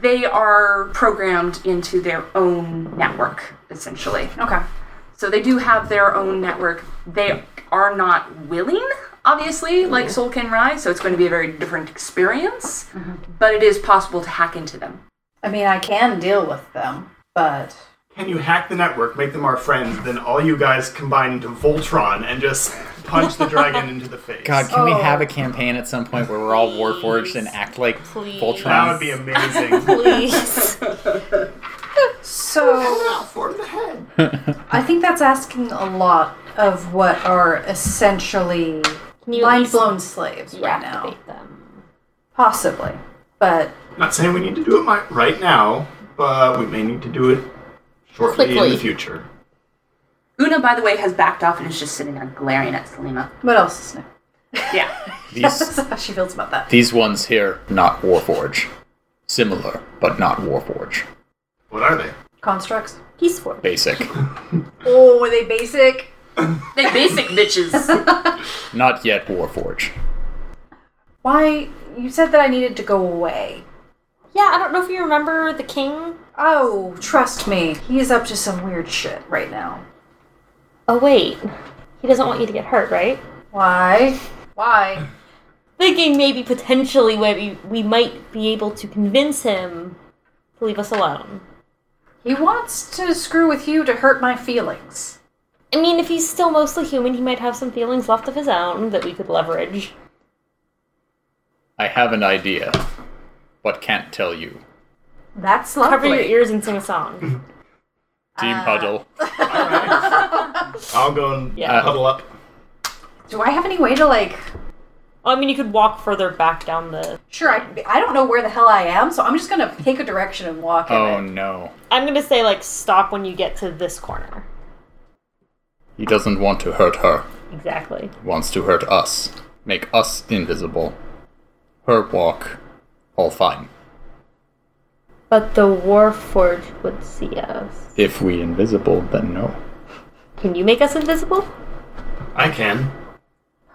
Speaker 2: they are programmed into their own network, essentially.
Speaker 3: Okay.
Speaker 2: So they do have their own network. They are not willing, obviously, like Soul Can Rise, so it's going to be a very different experience, but it is possible to hack into them.
Speaker 3: I mean, I can deal with them, but
Speaker 6: Can you hack the network, make them our friends, then all you guys combine into Voltron and just punch the dragon into the face?
Speaker 8: God, can we
Speaker 3: Oh.
Speaker 8: have a campaign at some point where we're all warforged and act like
Speaker 9: Please.
Speaker 8: Voltron?
Speaker 6: that would be
Speaker 9: *laughs*
Speaker 6: amazing.
Speaker 3: *laughs*
Speaker 9: Please.
Speaker 3: so
Speaker 6: for the head.
Speaker 3: I think that's asking a lot of what are essentially
Speaker 9: Can you at
Speaker 3: mind
Speaker 9: least
Speaker 3: blown slaves right now.
Speaker 9: deactivate them?
Speaker 3: Possibly. But
Speaker 6: Not saying we need to do it mi- right now, but we may need to do it shortly in
Speaker 9: Quickly.
Speaker 6: the future.
Speaker 2: Una, by the way, has backed off and is just sitting there glaring at Selima.
Speaker 3: what else is new? *laughs*
Speaker 2: Yeah.
Speaker 8: These
Speaker 3: That's how she feels about that.
Speaker 8: these ones here, not warforged. Similar, but not warforged.
Speaker 6: What are they?
Speaker 3: Constructs?
Speaker 9: Peace for
Speaker 8: Basic.
Speaker 3: Oh, were they basic?
Speaker 2: *laughs* they basic bitches.
Speaker 8: Not yet warforged.
Speaker 3: Why? You said that I needed to go away.
Speaker 9: Yeah, I don't know if you remember the king.
Speaker 3: Oh, trust me. He is up to some weird shit right now.
Speaker 9: Oh, wait. He doesn't want you to get hurt, right?
Speaker 3: Why? Why?
Speaker 9: Thinking maybe potentially we, we might be able to convince him to leave us alone.
Speaker 3: He wants to screw with you to hurt my feelings.
Speaker 9: I mean, if he's still mostly human, he might have some feelings left of his own that we could leverage.
Speaker 8: I have an idea, but can't tell you.
Speaker 3: That's
Speaker 9: Cover your
Speaker 3: lovely.
Speaker 9: ears and sing
Speaker 3: *clears throat*
Speaker 9: a song.
Speaker 8: Team huddle.
Speaker 6: I'll go and
Speaker 9: Yeah.
Speaker 6: huddle up.
Speaker 3: Do I have any way to like?
Speaker 9: Oh, I mean, you could walk further back down the.
Speaker 3: Sure, I, I don't know where the hell I am, so I'm just gonna take a direction and walk. in
Speaker 8: Oh
Speaker 3: it.
Speaker 8: no.
Speaker 9: I'm gonna say, like, stop when you get to this corner.
Speaker 8: He doesn't want to hurt her.
Speaker 9: Exactly.
Speaker 8: wants to hurt us, make us invisible. Her walk, all fine.
Speaker 9: But the Warforged would see us.
Speaker 8: If we invisible, then no.
Speaker 9: Can you make us invisible?
Speaker 6: I can.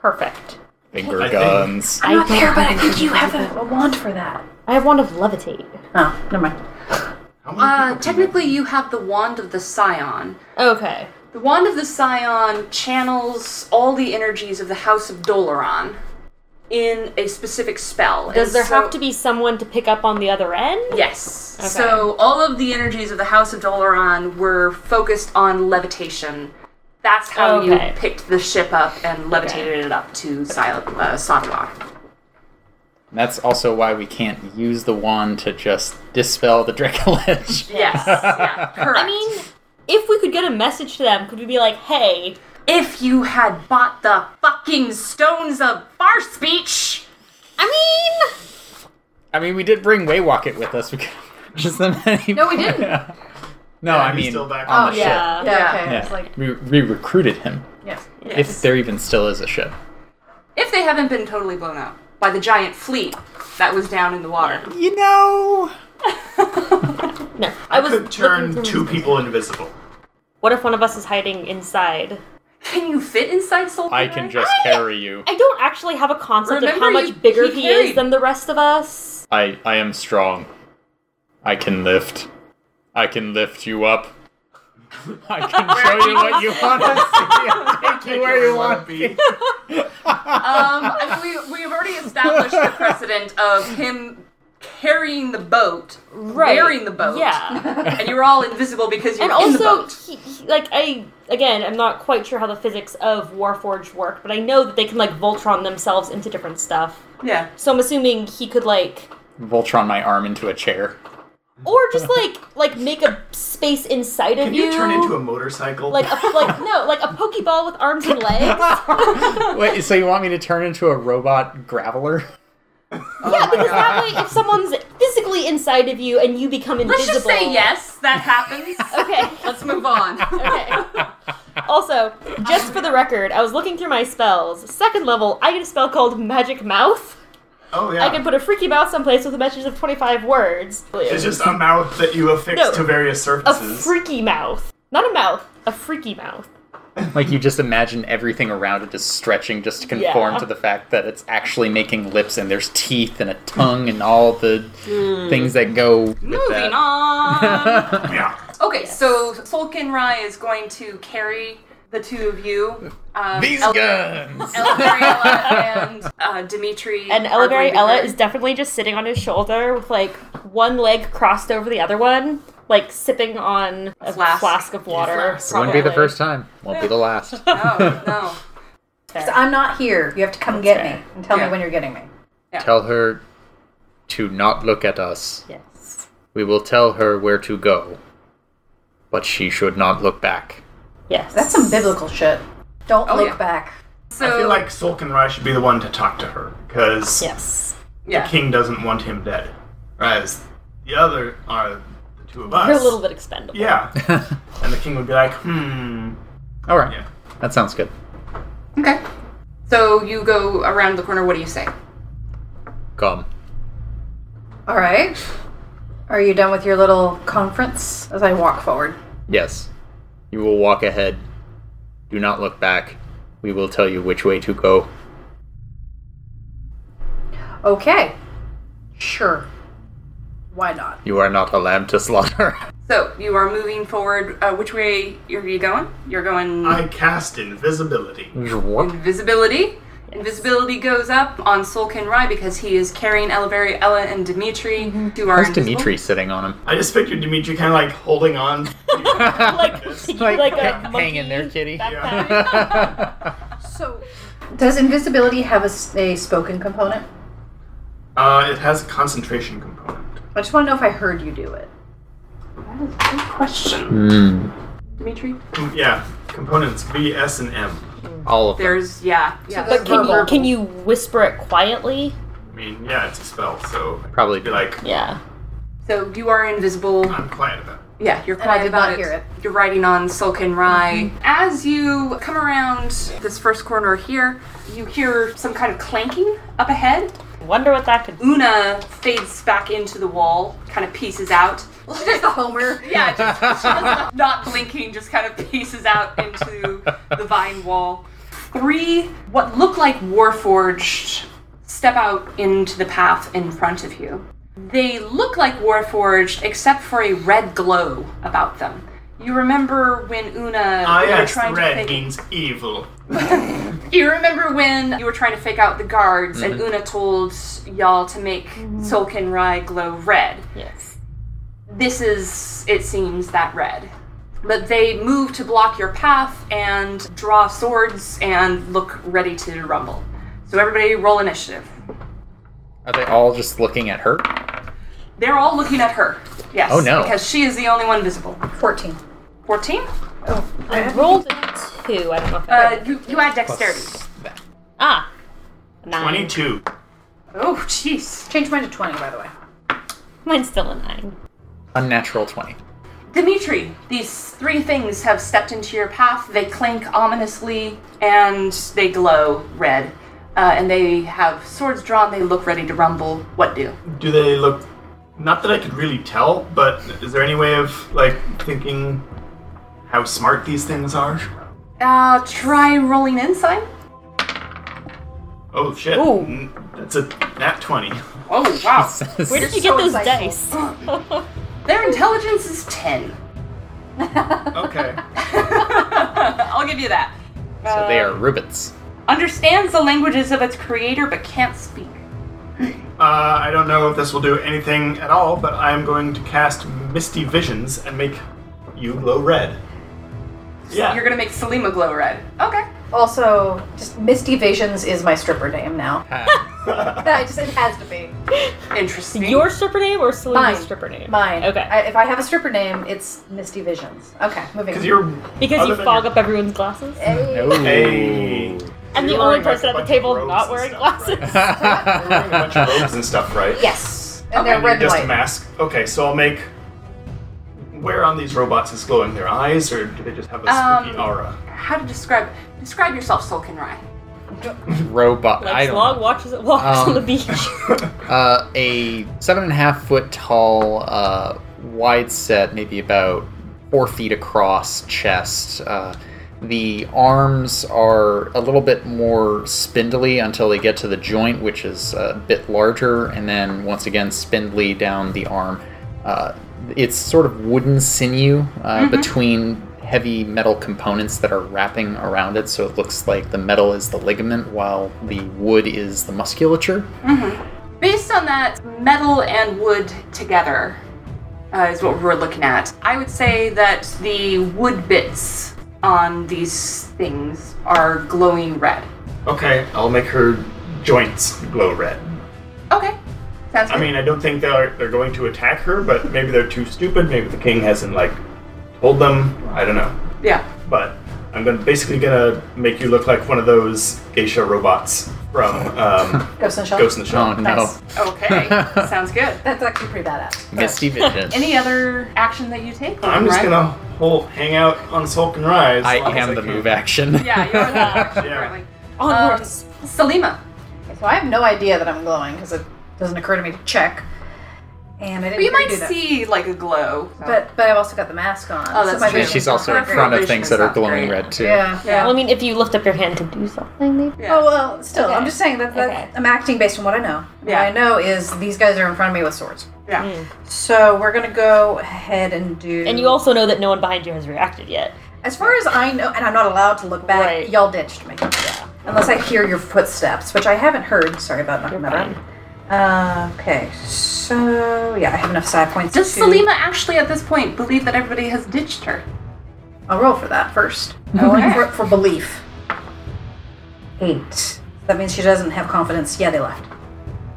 Speaker 9: Perfect.
Speaker 8: Finger
Speaker 6: I think-
Speaker 8: guns.
Speaker 3: I'm not there, but I think you have a, a wand for that.
Speaker 9: I have wand of levitate.
Speaker 3: Oh, never mind.
Speaker 6: How many
Speaker 2: uh,
Speaker 6: people can-
Speaker 2: technically, you have the Wand of the Scion.
Speaker 9: Okay.
Speaker 2: The Wand of the Scion channels all the energies of the House of Dolaran in a specific spell.
Speaker 9: Does
Speaker 2: And
Speaker 9: there
Speaker 2: so-
Speaker 9: have to be someone to pick up on the other end?
Speaker 2: Yes. So all of the energies of the House of Dolaran were focused on levitation. That's how
Speaker 9: Okay.
Speaker 2: you picked the ship up and levitated it up to Sil- uh, Sadwar.
Speaker 8: And that's also why we can't use the wand to just dispel the
Speaker 3: *laughs*
Speaker 8: Dracolich.
Speaker 2: Yes. yeah. *laughs* Correct.
Speaker 9: I mean, if we could get a message to them, could we be like, hey,
Speaker 2: if you had bought the fucking stones of far speech.
Speaker 9: I mean,
Speaker 8: *laughs* I mean, we did bring Waywocket with us. We could *laughs* just them
Speaker 3: No, we didn't. Yeah,
Speaker 8: *laughs* no,
Speaker 6: Yeah,
Speaker 8: I
Speaker 6: he's
Speaker 8: mean,
Speaker 6: still back
Speaker 8: on
Speaker 3: Oh,
Speaker 8: the ship.
Speaker 9: yeah.
Speaker 3: okay.
Speaker 8: Yeah.
Speaker 3: It's like,
Speaker 8: we, we recruited him.
Speaker 3: yeah.
Speaker 8: If there even still is a ship.
Speaker 2: If they haven't been totally blown up by the giant fleet that was down in the water.
Speaker 8: You know.
Speaker 9: No, I was.
Speaker 6: could turn
Speaker 9: looking
Speaker 6: *laughs* two
Speaker 9: through-
Speaker 6: people invisible.
Speaker 9: What if one of us is hiding inside?
Speaker 2: Can you fit inside Soul?
Speaker 8: I can just carry you.
Speaker 9: I don't actually have a concept of
Speaker 2: Remember
Speaker 9: how
Speaker 2: you-
Speaker 9: much bigger
Speaker 2: he
Speaker 9: he,
Speaker 2: carried-
Speaker 9: is than the rest of us.
Speaker 8: I I am strong. I can lift. I can lift you up. *laughs* I can show you what you want to see. I'll take you where you want.
Speaker 6: be.
Speaker 2: Um, we we have already established the precedent of him carrying the boat,
Speaker 9: Right.
Speaker 2: wearing the boat,
Speaker 9: Yeah.
Speaker 2: and you were all invisible because you
Speaker 9: and
Speaker 2: were in the
Speaker 9: also,
Speaker 2: boat.
Speaker 9: he, he- like, I, again, I'm not quite sure how the physics of Warforged work, but I know that they can, like, Voltron themselves into different stuff.
Speaker 2: Yeah.
Speaker 9: So I'm assuming he could, like,
Speaker 8: Voltron my arm into a chair.
Speaker 9: or
Speaker 6: *laughs*
Speaker 9: just, like, like make a space inside of
Speaker 6: Can you
Speaker 9: you.
Speaker 6: turn into a motorcycle?
Speaker 9: like a like no like a pokeball with arms and legs yeah
Speaker 8: Wait, so you want me to turn into a robot graveler?
Speaker 6: Oh
Speaker 9: because that way if someone's physically inside of you and you become invisible
Speaker 2: Let's just say yes, that happens.
Speaker 9: *laughs* okay
Speaker 2: Let's move on.
Speaker 9: *laughs* okay also just for the record i was looking through my spells second level i get a spell called magic mouth
Speaker 6: *laughs* oh yeah.
Speaker 9: i can put a freaky mouth someplace with a message of 25 words
Speaker 6: it's just a mouth that you affix
Speaker 9: No.
Speaker 6: to various
Speaker 9: a
Speaker 6: surfaces.
Speaker 9: freaky mouth not a mouth a freaky mouth
Speaker 8: *laughs* Like you just imagine everything around it is stretching just to conform
Speaker 9: Yeah.
Speaker 8: to the fact that it's actually making lips and there's teeth and a tongue and all the things that go with
Speaker 2: Moving
Speaker 8: that.
Speaker 2: on.
Speaker 8: *laughs*
Speaker 6: yeah.
Speaker 2: Okay, so Solkin Rai is going to carry the two of you. Um,
Speaker 8: These
Speaker 2: El-
Speaker 8: guns.
Speaker 2: Elivariella and uh, Dimitri.
Speaker 9: and
Speaker 2: are going to
Speaker 9: Elivariella
Speaker 2: carry-
Speaker 9: is definitely just sitting on his shoulder with like one leg crossed over the other one like sipping on a
Speaker 2: Flask.
Speaker 9: flask, of water
Speaker 2: Flask.
Speaker 8: Wouldn't be the
Speaker 9: probably.
Speaker 8: first time. Won't be the last. *laughs*
Speaker 2: No, no.
Speaker 3: So I'm not here. You have to come get me and tell
Speaker 2: Yeah.
Speaker 3: me when you're getting me.
Speaker 8: Tell her to not look at us.
Speaker 9: Yes.
Speaker 8: We will tell her where to go, but she should not look back.
Speaker 9: Yes.
Speaker 3: That's some biblical shit. Don't
Speaker 2: Oh,
Speaker 3: look
Speaker 2: yeah.
Speaker 3: back.
Speaker 2: So
Speaker 6: I feel like Sulkin Rai should be the one to talk to her because
Speaker 9: Yes.
Speaker 2: yeah.
Speaker 6: King doesn't want him dead. Whereas the other are the two of us.
Speaker 9: They're a little bit expendable.
Speaker 6: Yeah. and the king would be like, hmm.
Speaker 8: All right,
Speaker 6: Yeah.
Speaker 8: that sounds good.
Speaker 2: Okay. So you go around the corner. What do you say?
Speaker 8: Come.
Speaker 3: All right. Are you done with your little conference? As I walk forward.
Speaker 8: Yes, you will walk ahead. Do not look back. We will tell you which way to go.
Speaker 3: Okay. Sure. Why not?
Speaker 8: You are not a lamb to slaughter. *laughs*
Speaker 2: So you are moving forward. Uh, which way are you going? You're going
Speaker 6: I cast invisibility.
Speaker 8: Zhwop.
Speaker 2: invisibility. Invisibility goes up on Solkin Rai because he is carrying Elivariella and Dimitri, who are
Speaker 8: Where's
Speaker 2: invisible.
Speaker 8: Dimitri sitting on him?
Speaker 6: I just pictured Dimitri kind of like
Speaker 2: *laughs*
Speaker 6: holding on.
Speaker 9: Like, to give you, *laughs* like a
Speaker 8: hang-
Speaker 9: monkey
Speaker 8: hang in there, kitty.
Speaker 9: backpack.
Speaker 3: So, does invisibility have a, s- a spoken component?
Speaker 6: Uh, it has a concentration component.
Speaker 3: I just want to know if I heard you do it.
Speaker 2: Dimitri.
Speaker 6: Com- yeah, components B, S, and M.
Speaker 8: *laughs* All of them.
Speaker 2: There's yeah. yeah.
Speaker 9: But can you, can you whisper it quietly?
Speaker 6: I mean, yeah, it's a spell, so I could
Speaker 8: Probably
Speaker 6: be like,
Speaker 9: Yeah.
Speaker 2: So you are invisible.
Speaker 6: I'm quiet about it.
Speaker 2: Yeah, you're
Speaker 3: And
Speaker 2: quiet
Speaker 3: I did
Speaker 2: about
Speaker 3: not hear it.
Speaker 2: You're riding on Sulkin Rye. As you come around this first corner here, you hear some kind of clanking up ahead.
Speaker 9: Wonder what that could be.
Speaker 2: Una fades back into the wall, kind of pieces out.
Speaker 3: There's the Homer.
Speaker 2: *laughs* Yeah, just, she does not blinking, just kind of pieces out into the vine wall. Three, what look like Warforged, step out into the path in front of you. They look like Warforged, except for a red glow about them. You remember when Una
Speaker 6: Ah,
Speaker 2: you were
Speaker 6: yes,
Speaker 2: trying
Speaker 6: red
Speaker 2: to fake,
Speaker 6: means evil.
Speaker 2: you remember when you were trying to fake out the guards
Speaker 8: Mm-hmm.
Speaker 2: and Una told y'all to make Solkin Rai glow red
Speaker 9: Yes.
Speaker 2: this is, it seems, that red. But they move to block your path and draw swords and look ready to rumble. So everybody roll initiative.
Speaker 8: Are they all just looking at her?
Speaker 2: They're all looking at her. Yes.
Speaker 8: Oh, no.
Speaker 2: Because she is the only one visible.
Speaker 3: 14.
Speaker 2: 14?
Speaker 9: I rolled a two. I don't know if I.
Speaker 2: Uh, you, you add dexterity.
Speaker 9: ah.
Speaker 2: Um,
Speaker 9: Nine.
Speaker 6: 22.
Speaker 2: Oh, jeez.
Speaker 3: Change mine to 20, by the way.
Speaker 9: Mine's still a nine.
Speaker 8: Unnatural 20.
Speaker 2: Dimitri, these three things have stepped into your path. They clink ominously and they glow red. Uh, and they have swords drawn. They look ready to rumble. What do?
Speaker 6: Do they look. Not that I could really tell, but is there any way of, like, thinking how smart these things are?
Speaker 4: Uh, try rolling inside.
Speaker 6: Oh shit.
Speaker 3: Ooh.
Speaker 6: Mm, That's a nat *laughs* 20.
Speaker 4: Oh
Speaker 8: *laughs*
Speaker 4: wow.
Speaker 9: Where did you get those
Speaker 3: Oh,
Speaker 9: dice?
Speaker 4: Their intelligence is ten.
Speaker 6: Okay.
Speaker 4: *laughs*
Speaker 6: Uh,
Speaker 4: I'll give you that.
Speaker 8: So they are Rubits.
Speaker 4: Understands the languages of its creator but can't speak.
Speaker 6: Uh, I don't know if this will do anything at all, but I'm going to cast Misty Visions and make you glow red. Yeah.
Speaker 4: You're gonna make Selima glow red. Okay.
Speaker 3: Also, just Misty Visions is my stripper name now.
Speaker 8: *laughs* Ah,
Speaker 6: *laughs*
Speaker 3: I just it has to be
Speaker 4: Interesting.
Speaker 9: Your stripper name or
Speaker 3: Mine.
Speaker 9: Selena's stripper name?
Speaker 3: mine.
Speaker 9: Okay.
Speaker 3: I, if I have a stripper name, it's Misty Visions. Okay, moving.
Speaker 6: Because
Speaker 3: on.
Speaker 6: you're.
Speaker 9: because
Speaker 6: other
Speaker 9: you
Speaker 6: than
Speaker 9: fog
Speaker 6: your-
Speaker 9: up everyone's glasses.
Speaker 8: no.
Speaker 6: Hey.
Speaker 9: I'm the
Speaker 6: You're
Speaker 9: only
Speaker 6: wearing, like, a
Speaker 9: person at the
Speaker 6: bunch
Speaker 9: table
Speaker 6: of robes
Speaker 9: not
Speaker 6: and
Speaker 9: wearing
Speaker 6: stuff, right?
Speaker 3: *laughs*
Speaker 9: glasses.
Speaker 6: You're
Speaker 8: *laughs*
Speaker 6: wearing a *laughs* bunch of robes and stuff, right?
Speaker 3: yes, and
Speaker 6: And
Speaker 3: they're
Speaker 6: you're
Speaker 3: red and
Speaker 6: just a
Speaker 3: white.
Speaker 6: mask. Okay, so I'll make. Where on these robots is glowing? Their eyes, or do they just have a spooky
Speaker 4: Um,
Speaker 6: aura? *laughs*
Speaker 4: How to describe describe yourself, Sulkin Rai.
Speaker 8: Robot. I
Speaker 9: Like
Speaker 8: don't
Speaker 9: Slog
Speaker 8: know.
Speaker 9: watches it walks
Speaker 8: Um,
Speaker 9: on
Speaker 3: *laughs*
Speaker 9: the beach.
Speaker 8: Uh, a seven and a half foot tall, uh, wide set, maybe about four feet across chest. Uh, the arms are a little bit more spindly until they get to the joint, which is a bit larger, and then once again spindly down the arm. Uh, it's sort of wooden sinew uh, between heavy metal components that are wrapping around it, so it looks like the metal is the ligament while the wood is the musculature.
Speaker 4: Based on that, metal and wood together uh, is what we're looking at. I would say that the wood bits on these things are glowing red.
Speaker 6: Okay, I'll make her joints glow red.
Speaker 4: Okay, sounds
Speaker 6: I
Speaker 4: good.
Speaker 6: mean, I don't think they're they're going to attack her, but maybe they're too stupid. Maybe the king hasn't like told them. I don't know.
Speaker 4: yeah.
Speaker 6: But I'm gonna basically gonna make you look like one of those geisha robots from
Speaker 8: *laughs*
Speaker 6: um,
Speaker 3: Ghost and Shell.
Speaker 6: Ghost in the
Speaker 8: Oh
Speaker 6: Shell.
Speaker 8: no.
Speaker 3: Nice.
Speaker 6: *laughs*
Speaker 4: Okay, sounds good.
Speaker 3: That's actually pretty badass.
Speaker 8: Misty Vision.
Speaker 4: *laughs* Any other action that you take?
Speaker 6: I'm just
Speaker 4: Rai?
Speaker 6: gonna whole hang out on Sulk and Rise.
Speaker 8: I am the move action.
Speaker 4: Yeah, you're
Speaker 6: *laughs*
Speaker 4: in
Speaker 8: *laughs*
Speaker 4: that action
Speaker 6: Yeah.
Speaker 4: currently. Um,
Speaker 9: Onwards.
Speaker 4: Salima.
Speaker 3: Okay, so I have no idea that I'm glowing because it doesn't occur to me to check. And I didn't
Speaker 4: But you
Speaker 3: really
Speaker 4: might
Speaker 3: do that.
Speaker 4: see like a glow.
Speaker 3: But but I've also got the mask on.
Speaker 4: Oh, that's
Speaker 3: so it might
Speaker 4: true.
Speaker 3: be-
Speaker 8: And she's also in
Speaker 4: Her
Speaker 8: front of
Speaker 4: vision
Speaker 8: things
Speaker 4: is
Speaker 8: that are
Speaker 4: not
Speaker 8: glowing
Speaker 4: great.
Speaker 8: red too.
Speaker 3: Yeah.
Speaker 4: Yeah.
Speaker 9: Well, I mean, if you lift up your hand to do something, maybe.
Speaker 4: Yeah.
Speaker 3: Oh well, still,
Speaker 9: Okay.
Speaker 3: I'm just saying that, that
Speaker 9: Okay.
Speaker 3: I'm acting based on what I know.
Speaker 4: Yeah.
Speaker 3: What I know is these guys are in front of me with swords.
Speaker 4: Yeah.
Speaker 3: So we're gonna go ahead and do.
Speaker 9: And you also know that no one behind you has reacted yet.
Speaker 3: as far as I know, and I'm not allowed to look back.
Speaker 9: Right.
Speaker 3: Y'all ditched me. Unless I hear your footsteps, which I haven't heard. Sorry about knocking
Speaker 9: You're
Speaker 3: that out. Uh, okay, so yeah, I have enough side points.
Speaker 4: Does
Speaker 3: to-
Speaker 4: Salima actually at this point believe that everybody has ditched her?
Speaker 3: I'll roll for that
Speaker 9: *laughs*
Speaker 3: first. I want for, for belief. Eight. That means she doesn't have confidence. Yeah, they left.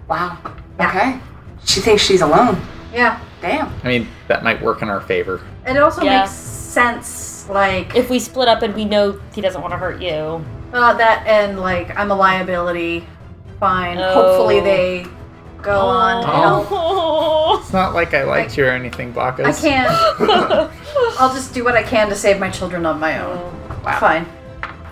Speaker 4: Wow.
Speaker 3: Yeah.
Speaker 4: Okay. She thinks she's alone.
Speaker 3: Yeah,
Speaker 4: Damn.
Speaker 8: I mean, that might work in our favor.
Speaker 3: it also
Speaker 9: Yeah.
Speaker 3: makes sense. Like
Speaker 9: If we split up and we know he doesn't want to hurt you,
Speaker 3: Uh, that and like I'm a liability. Fine.
Speaker 9: Oh.
Speaker 3: Hopefully they go on to help.
Speaker 9: Oh.
Speaker 8: It's not like I liked you or anything, Bacchus.
Speaker 3: I can't. I'll just do what I can to save my children on my own. Fine.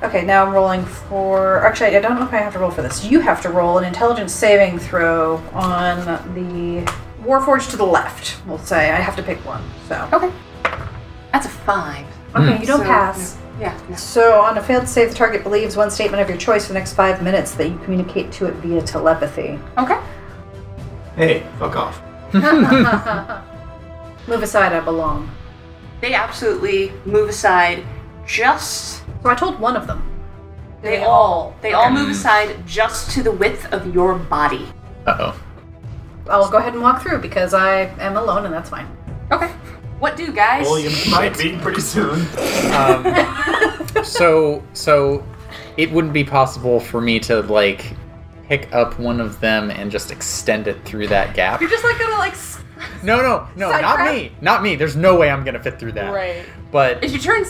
Speaker 3: Okay, now I'm rolling for. Actually, I don't know if I have to roll for this. You have to roll an intelligence saving throw on the Warforge to the left. We'll say I have to pick one. So
Speaker 4: Okay. That's a five.
Speaker 3: okay, you don't
Speaker 4: So-
Speaker 3: pass.
Speaker 4: Yeah. no.
Speaker 3: So, on a failed save, the target believes one statement of your choice for the next five minutes that you communicate to it via telepathy.
Speaker 4: Okay.
Speaker 6: Hey, fuck off.
Speaker 3: Move aside, I belong.
Speaker 4: They absolutely move aside. Just
Speaker 3: So I told one of them.
Speaker 4: they all they all move aside just to the width of your body.
Speaker 8: Uh
Speaker 3: I'll go ahead and walk through because I am alone and that's fine.
Speaker 4: Okay. What do guys?
Speaker 6: Well, you might be pretty soon.
Speaker 8: oh. Um, so, so it wouldn't be possible for me to like pick up one of them and just extend it through that gap.
Speaker 3: You're just like gonna like. s-
Speaker 8: No, no, no,
Speaker 3: Side
Speaker 8: not
Speaker 3: track?
Speaker 8: me, not me. There's no way I'm gonna fit through that.
Speaker 9: Right.
Speaker 8: But
Speaker 4: If you turn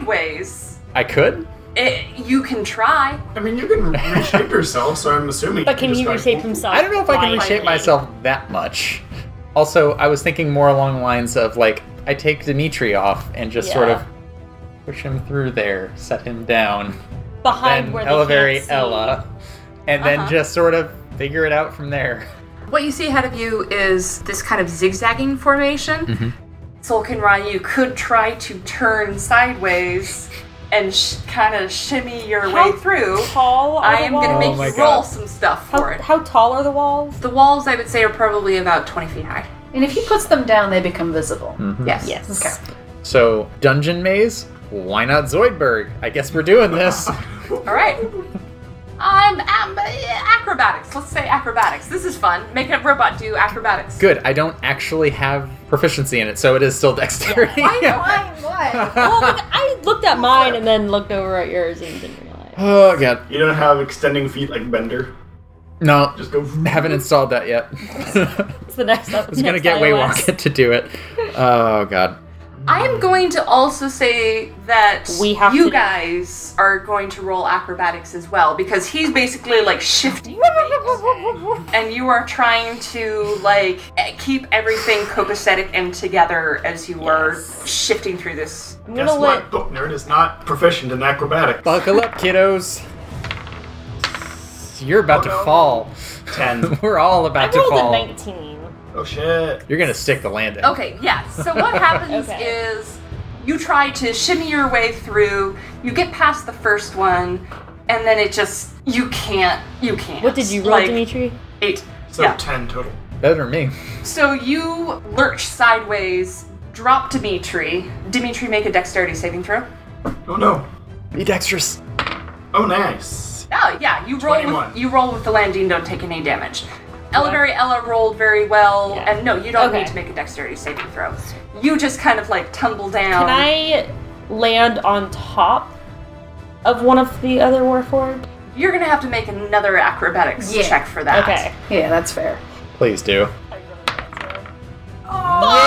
Speaker 4: sideways,
Speaker 8: I could.
Speaker 4: it, you can try.
Speaker 6: I mean,
Speaker 8: *laughs*
Speaker 6: you can reshape yourself, so I'm assuming.
Speaker 9: But can
Speaker 6: you
Speaker 9: he
Speaker 6: just, like,
Speaker 9: reshape himself?
Speaker 8: I don't know if I can reshape
Speaker 9: violently?
Speaker 8: myself that much. Also, I was thinking more along the lines of like I take Dimitri off and just sort of
Speaker 9: Yeah.
Speaker 8: push him through there, set him down,
Speaker 9: behind
Speaker 8: then
Speaker 9: where they
Speaker 8: elevate
Speaker 9: can't see.
Speaker 8: Ella, and then
Speaker 4: Uh-huh.
Speaker 8: just sort of figure it out from there.
Speaker 4: What you see ahead of you is this kind of zigzagging
Speaker 8: Mm-hmm.
Speaker 4: formation. Solkin Ryu could try to turn sideways and sh- kind of shimmy your
Speaker 9: How
Speaker 4: way through,
Speaker 9: tall are
Speaker 4: I
Speaker 9: the
Speaker 4: am going to
Speaker 8: Oh
Speaker 4: make
Speaker 8: my
Speaker 4: you
Speaker 8: God.
Speaker 4: roll some stuff for
Speaker 9: How,
Speaker 4: it.
Speaker 9: how tall are the walls?
Speaker 4: The walls, I would say, are probably about 20 feet high.
Speaker 3: And if he puts them down, they become visible.
Speaker 8: Hmm.
Speaker 4: Yes.
Speaker 9: Yes.
Speaker 3: Okay.
Speaker 8: So, dungeon maze? Why not Zoidberg? I guess we're doing
Speaker 9: *laughs*
Speaker 8: this.
Speaker 4: All right. I'm, I'm uh, acrobatics. Let's say acrobatics. This is fun. Make a robot do acrobatics.
Speaker 8: Good, I don't actually have proficiency in it, so it is still dexterity. *laughs*
Speaker 9: well, like, I looked at mine and then looked over at yours and didn't realize.
Speaker 8: oh god.
Speaker 6: You don't have extending feet like Bender.
Speaker 8: No,
Speaker 6: Just
Speaker 8: *laughs*
Speaker 6: go.
Speaker 8: haven't installed that yet.
Speaker 9: *laughs* It's the next up.
Speaker 8: It's gonna get Waywalket *laughs* to do it. Oh god.
Speaker 4: I am going to also say that
Speaker 9: We have
Speaker 4: you
Speaker 9: to-
Speaker 4: guys are going to roll acrobatics as well because he's basically like shifting and you are trying to like eh, keep everything copacetic and together as you are shifting through this.
Speaker 9: I'm
Speaker 6: Guess
Speaker 9: gonna let.
Speaker 6: what? Book nerd is not proficient in acrobatics.
Speaker 8: Buckle up, kiddos. You're about
Speaker 6: Oh, no.
Speaker 8: to fall. *laughs*
Speaker 6: Ten.
Speaker 8: We're all
Speaker 9: I
Speaker 8: about to
Speaker 9: rolled a
Speaker 8: fall.
Speaker 9: 19.
Speaker 6: Oh shit.
Speaker 8: You're gonna stick the landing.
Speaker 4: Okay, yeah. So *laughs* what happens
Speaker 9: Okay.
Speaker 4: is you try to shimmy your way through, you get past the first one, and then it just you can't you can't.
Speaker 9: What did you roll,
Speaker 4: Like,
Speaker 9: Dimitri?
Speaker 4: Eight.
Speaker 6: So
Speaker 4: yeah.
Speaker 6: ten total.
Speaker 8: Better than me.
Speaker 4: So you lurch sideways, drop Dimitri. Dimitri, make a dexterity saving throw.
Speaker 6: Oh no.
Speaker 8: Be dexterous.
Speaker 6: Oh nice.
Speaker 4: Oh yeah, you roll.
Speaker 6: 21.
Speaker 4: With, you roll with the landing, don't take any damage. Elderberry Ella rolled very well,
Speaker 9: Yeah.
Speaker 4: and no, you don't
Speaker 9: Okay.
Speaker 4: need to make a dexterity saving throw. You just kind of like tumble down.
Speaker 3: um,
Speaker 9: Can I land on top of one of the other warforged?
Speaker 4: You're gonna have to make another acrobatics
Speaker 3: Yeah.
Speaker 4: check for that.
Speaker 9: Okay.
Speaker 3: Yeah, that's fair.
Speaker 8: Please do. Oh!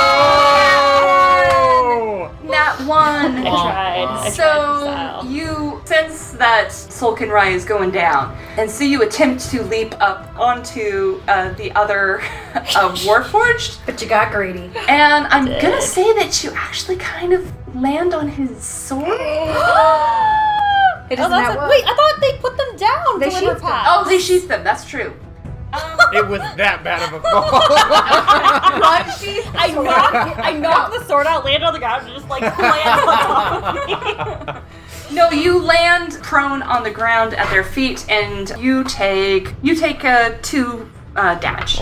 Speaker 4: That one.
Speaker 9: I tried. I tried
Speaker 4: So
Speaker 9: to style.
Speaker 4: you sense that Sulkin Rai is going down, and so you attempt to leap up onto uh, the other *laughs* uh, Warforged,
Speaker 3: But you got greedy.
Speaker 4: and I'm gonna say that you actually kind of land on his sword.
Speaker 3: It
Speaker 9: Oh,
Speaker 3: isn't
Speaker 9: that's
Speaker 3: that
Speaker 9: a-
Speaker 3: what-
Speaker 9: wait, I thought they put them down.
Speaker 3: They
Speaker 9: to liver
Speaker 3: sheathed them.
Speaker 9: pack. *laughs*
Speaker 4: oh, they sheath them. That's true.
Speaker 8: It was that bad of a *laughs* fall.
Speaker 9: I knocked, I knocked the sword out, landed on the ground, and just like *laughs* landed on top of me.
Speaker 3: *laughs*
Speaker 4: No, you land prone on the ground at their feet, and you take you take uh, two uh, damage.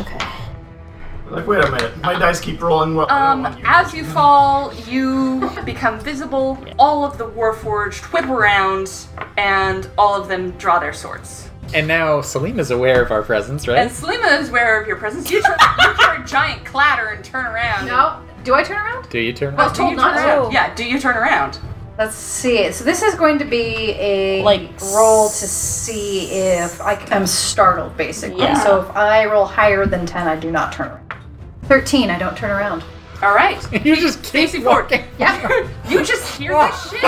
Speaker 6: Like wait a minute. My dice keep rolling. What?
Speaker 4: Um, as you fall, you become visible. All of the Warforged whip around, and all of them draw their swords.
Speaker 8: and now Salim is aware of our presence,
Speaker 4: And
Speaker 8: right?
Speaker 4: Selima is aware of your presence. You, turn, you hear a giant clatter and turn around.
Speaker 3: No. Do I turn around?
Speaker 8: Do you turn?
Speaker 3: I was
Speaker 4: Do you
Speaker 3: told not
Speaker 4: turn around?
Speaker 9: Oh.
Speaker 3: to.
Speaker 4: Yeah, do you turn around?
Speaker 3: Let's see. So this is going to be a
Speaker 9: Like,
Speaker 3: roll to see if I am startled, basically.
Speaker 9: Yeah.
Speaker 3: So if I roll higher than ten, I do not turn around. Thirteen, I don't turn around.
Speaker 4: All right.
Speaker 8: *laughs* you just keep
Speaker 4: Stacy Ford.
Speaker 8: walking. *laughs*
Speaker 3: Yeah.
Speaker 4: You just hear this shit,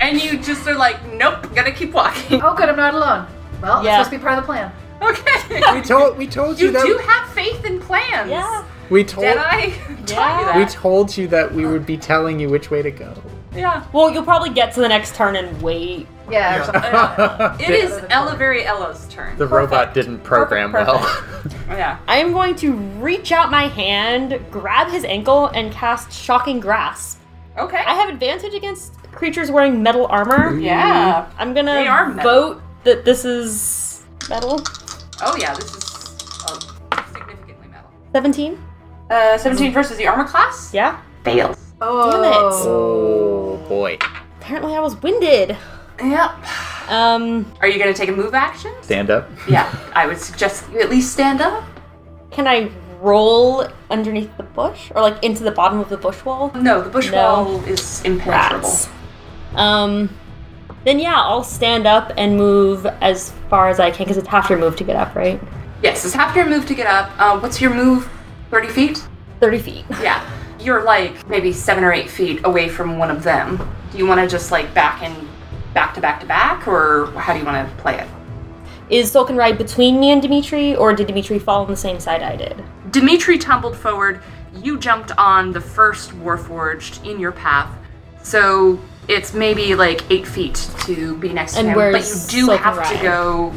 Speaker 4: and you just are like, nope, gotta
Speaker 3: *laughs*
Speaker 4: keep walking.
Speaker 3: oh, good, I'm not alone. Well,
Speaker 9: Yeah.
Speaker 3: it's supposed to be part of the plan.
Speaker 4: Okay.
Speaker 8: we told we told you, Oh.
Speaker 4: You
Speaker 8: that
Speaker 4: do have faith in plans.
Speaker 9: Yeah.
Speaker 8: we told
Speaker 4: Did I *laughs* tell
Speaker 8: we
Speaker 4: you that?
Speaker 8: told you that we would be telling you which way to go.
Speaker 4: yeah.
Speaker 9: Well, you'll probably get to the next turn and wait.
Speaker 3: Yeah. or something.
Speaker 8: *laughs*
Speaker 4: It is Ella Very Ella's turn.
Speaker 8: The robot didn't program
Speaker 4: Yeah.
Speaker 9: I am going to reach out my hand, grab his ankle, and cast Shocking Grasp.
Speaker 4: Okay.
Speaker 9: I have advantage against creatures wearing metal armor.
Speaker 4: yeah.
Speaker 9: I'm gonna
Speaker 4: They are metal.
Speaker 9: vote that this is metal.
Speaker 4: Oh yeah, this is uh, significantly metal.
Speaker 9: 17?
Speaker 4: Uh, 17 versus the armor class.
Speaker 9: Yeah.
Speaker 4: Fails.
Speaker 9: Damn it.
Speaker 8: *laughs* oh boy!
Speaker 9: Apparently, I was winded.
Speaker 4: Yep.
Speaker 9: Um,
Speaker 4: Are you gonna take a move action?
Speaker 8: Stand up.
Speaker 4: yeah. I would suggest you at least stand up.
Speaker 9: can I roll underneath the bush or like into the bottom of the bush wall?
Speaker 4: No, the bush
Speaker 9: No.
Speaker 4: wall is impenetrable.
Speaker 9: Rats. Um, then yeah, I'll stand up and move as far as I can because it's half your move to get up, right?
Speaker 4: Yes, it's half your move to get up. Uh, what's your move? 30 feet?
Speaker 9: Thirty feet. *laughs*
Speaker 4: Yeah. You're like maybe seven or eight feet away from one of them. Do you want to just like back and back to back to back, or how do you want to play it?
Speaker 9: Is Solkin Ride between me and Dimitri, or did Dimitri fall on the same side I did?
Speaker 4: Dimitri tumbled forward. You jumped on the first Warforged in your path, so it's maybe like eight feet to be next to
Speaker 9: And
Speaker 4: him.
Speaker 9: where's
Speaker 4: but you do
Speaker 9: Sulkin
Speaker 4: have
Speaker 9: Rai?
Speaker 4: to go.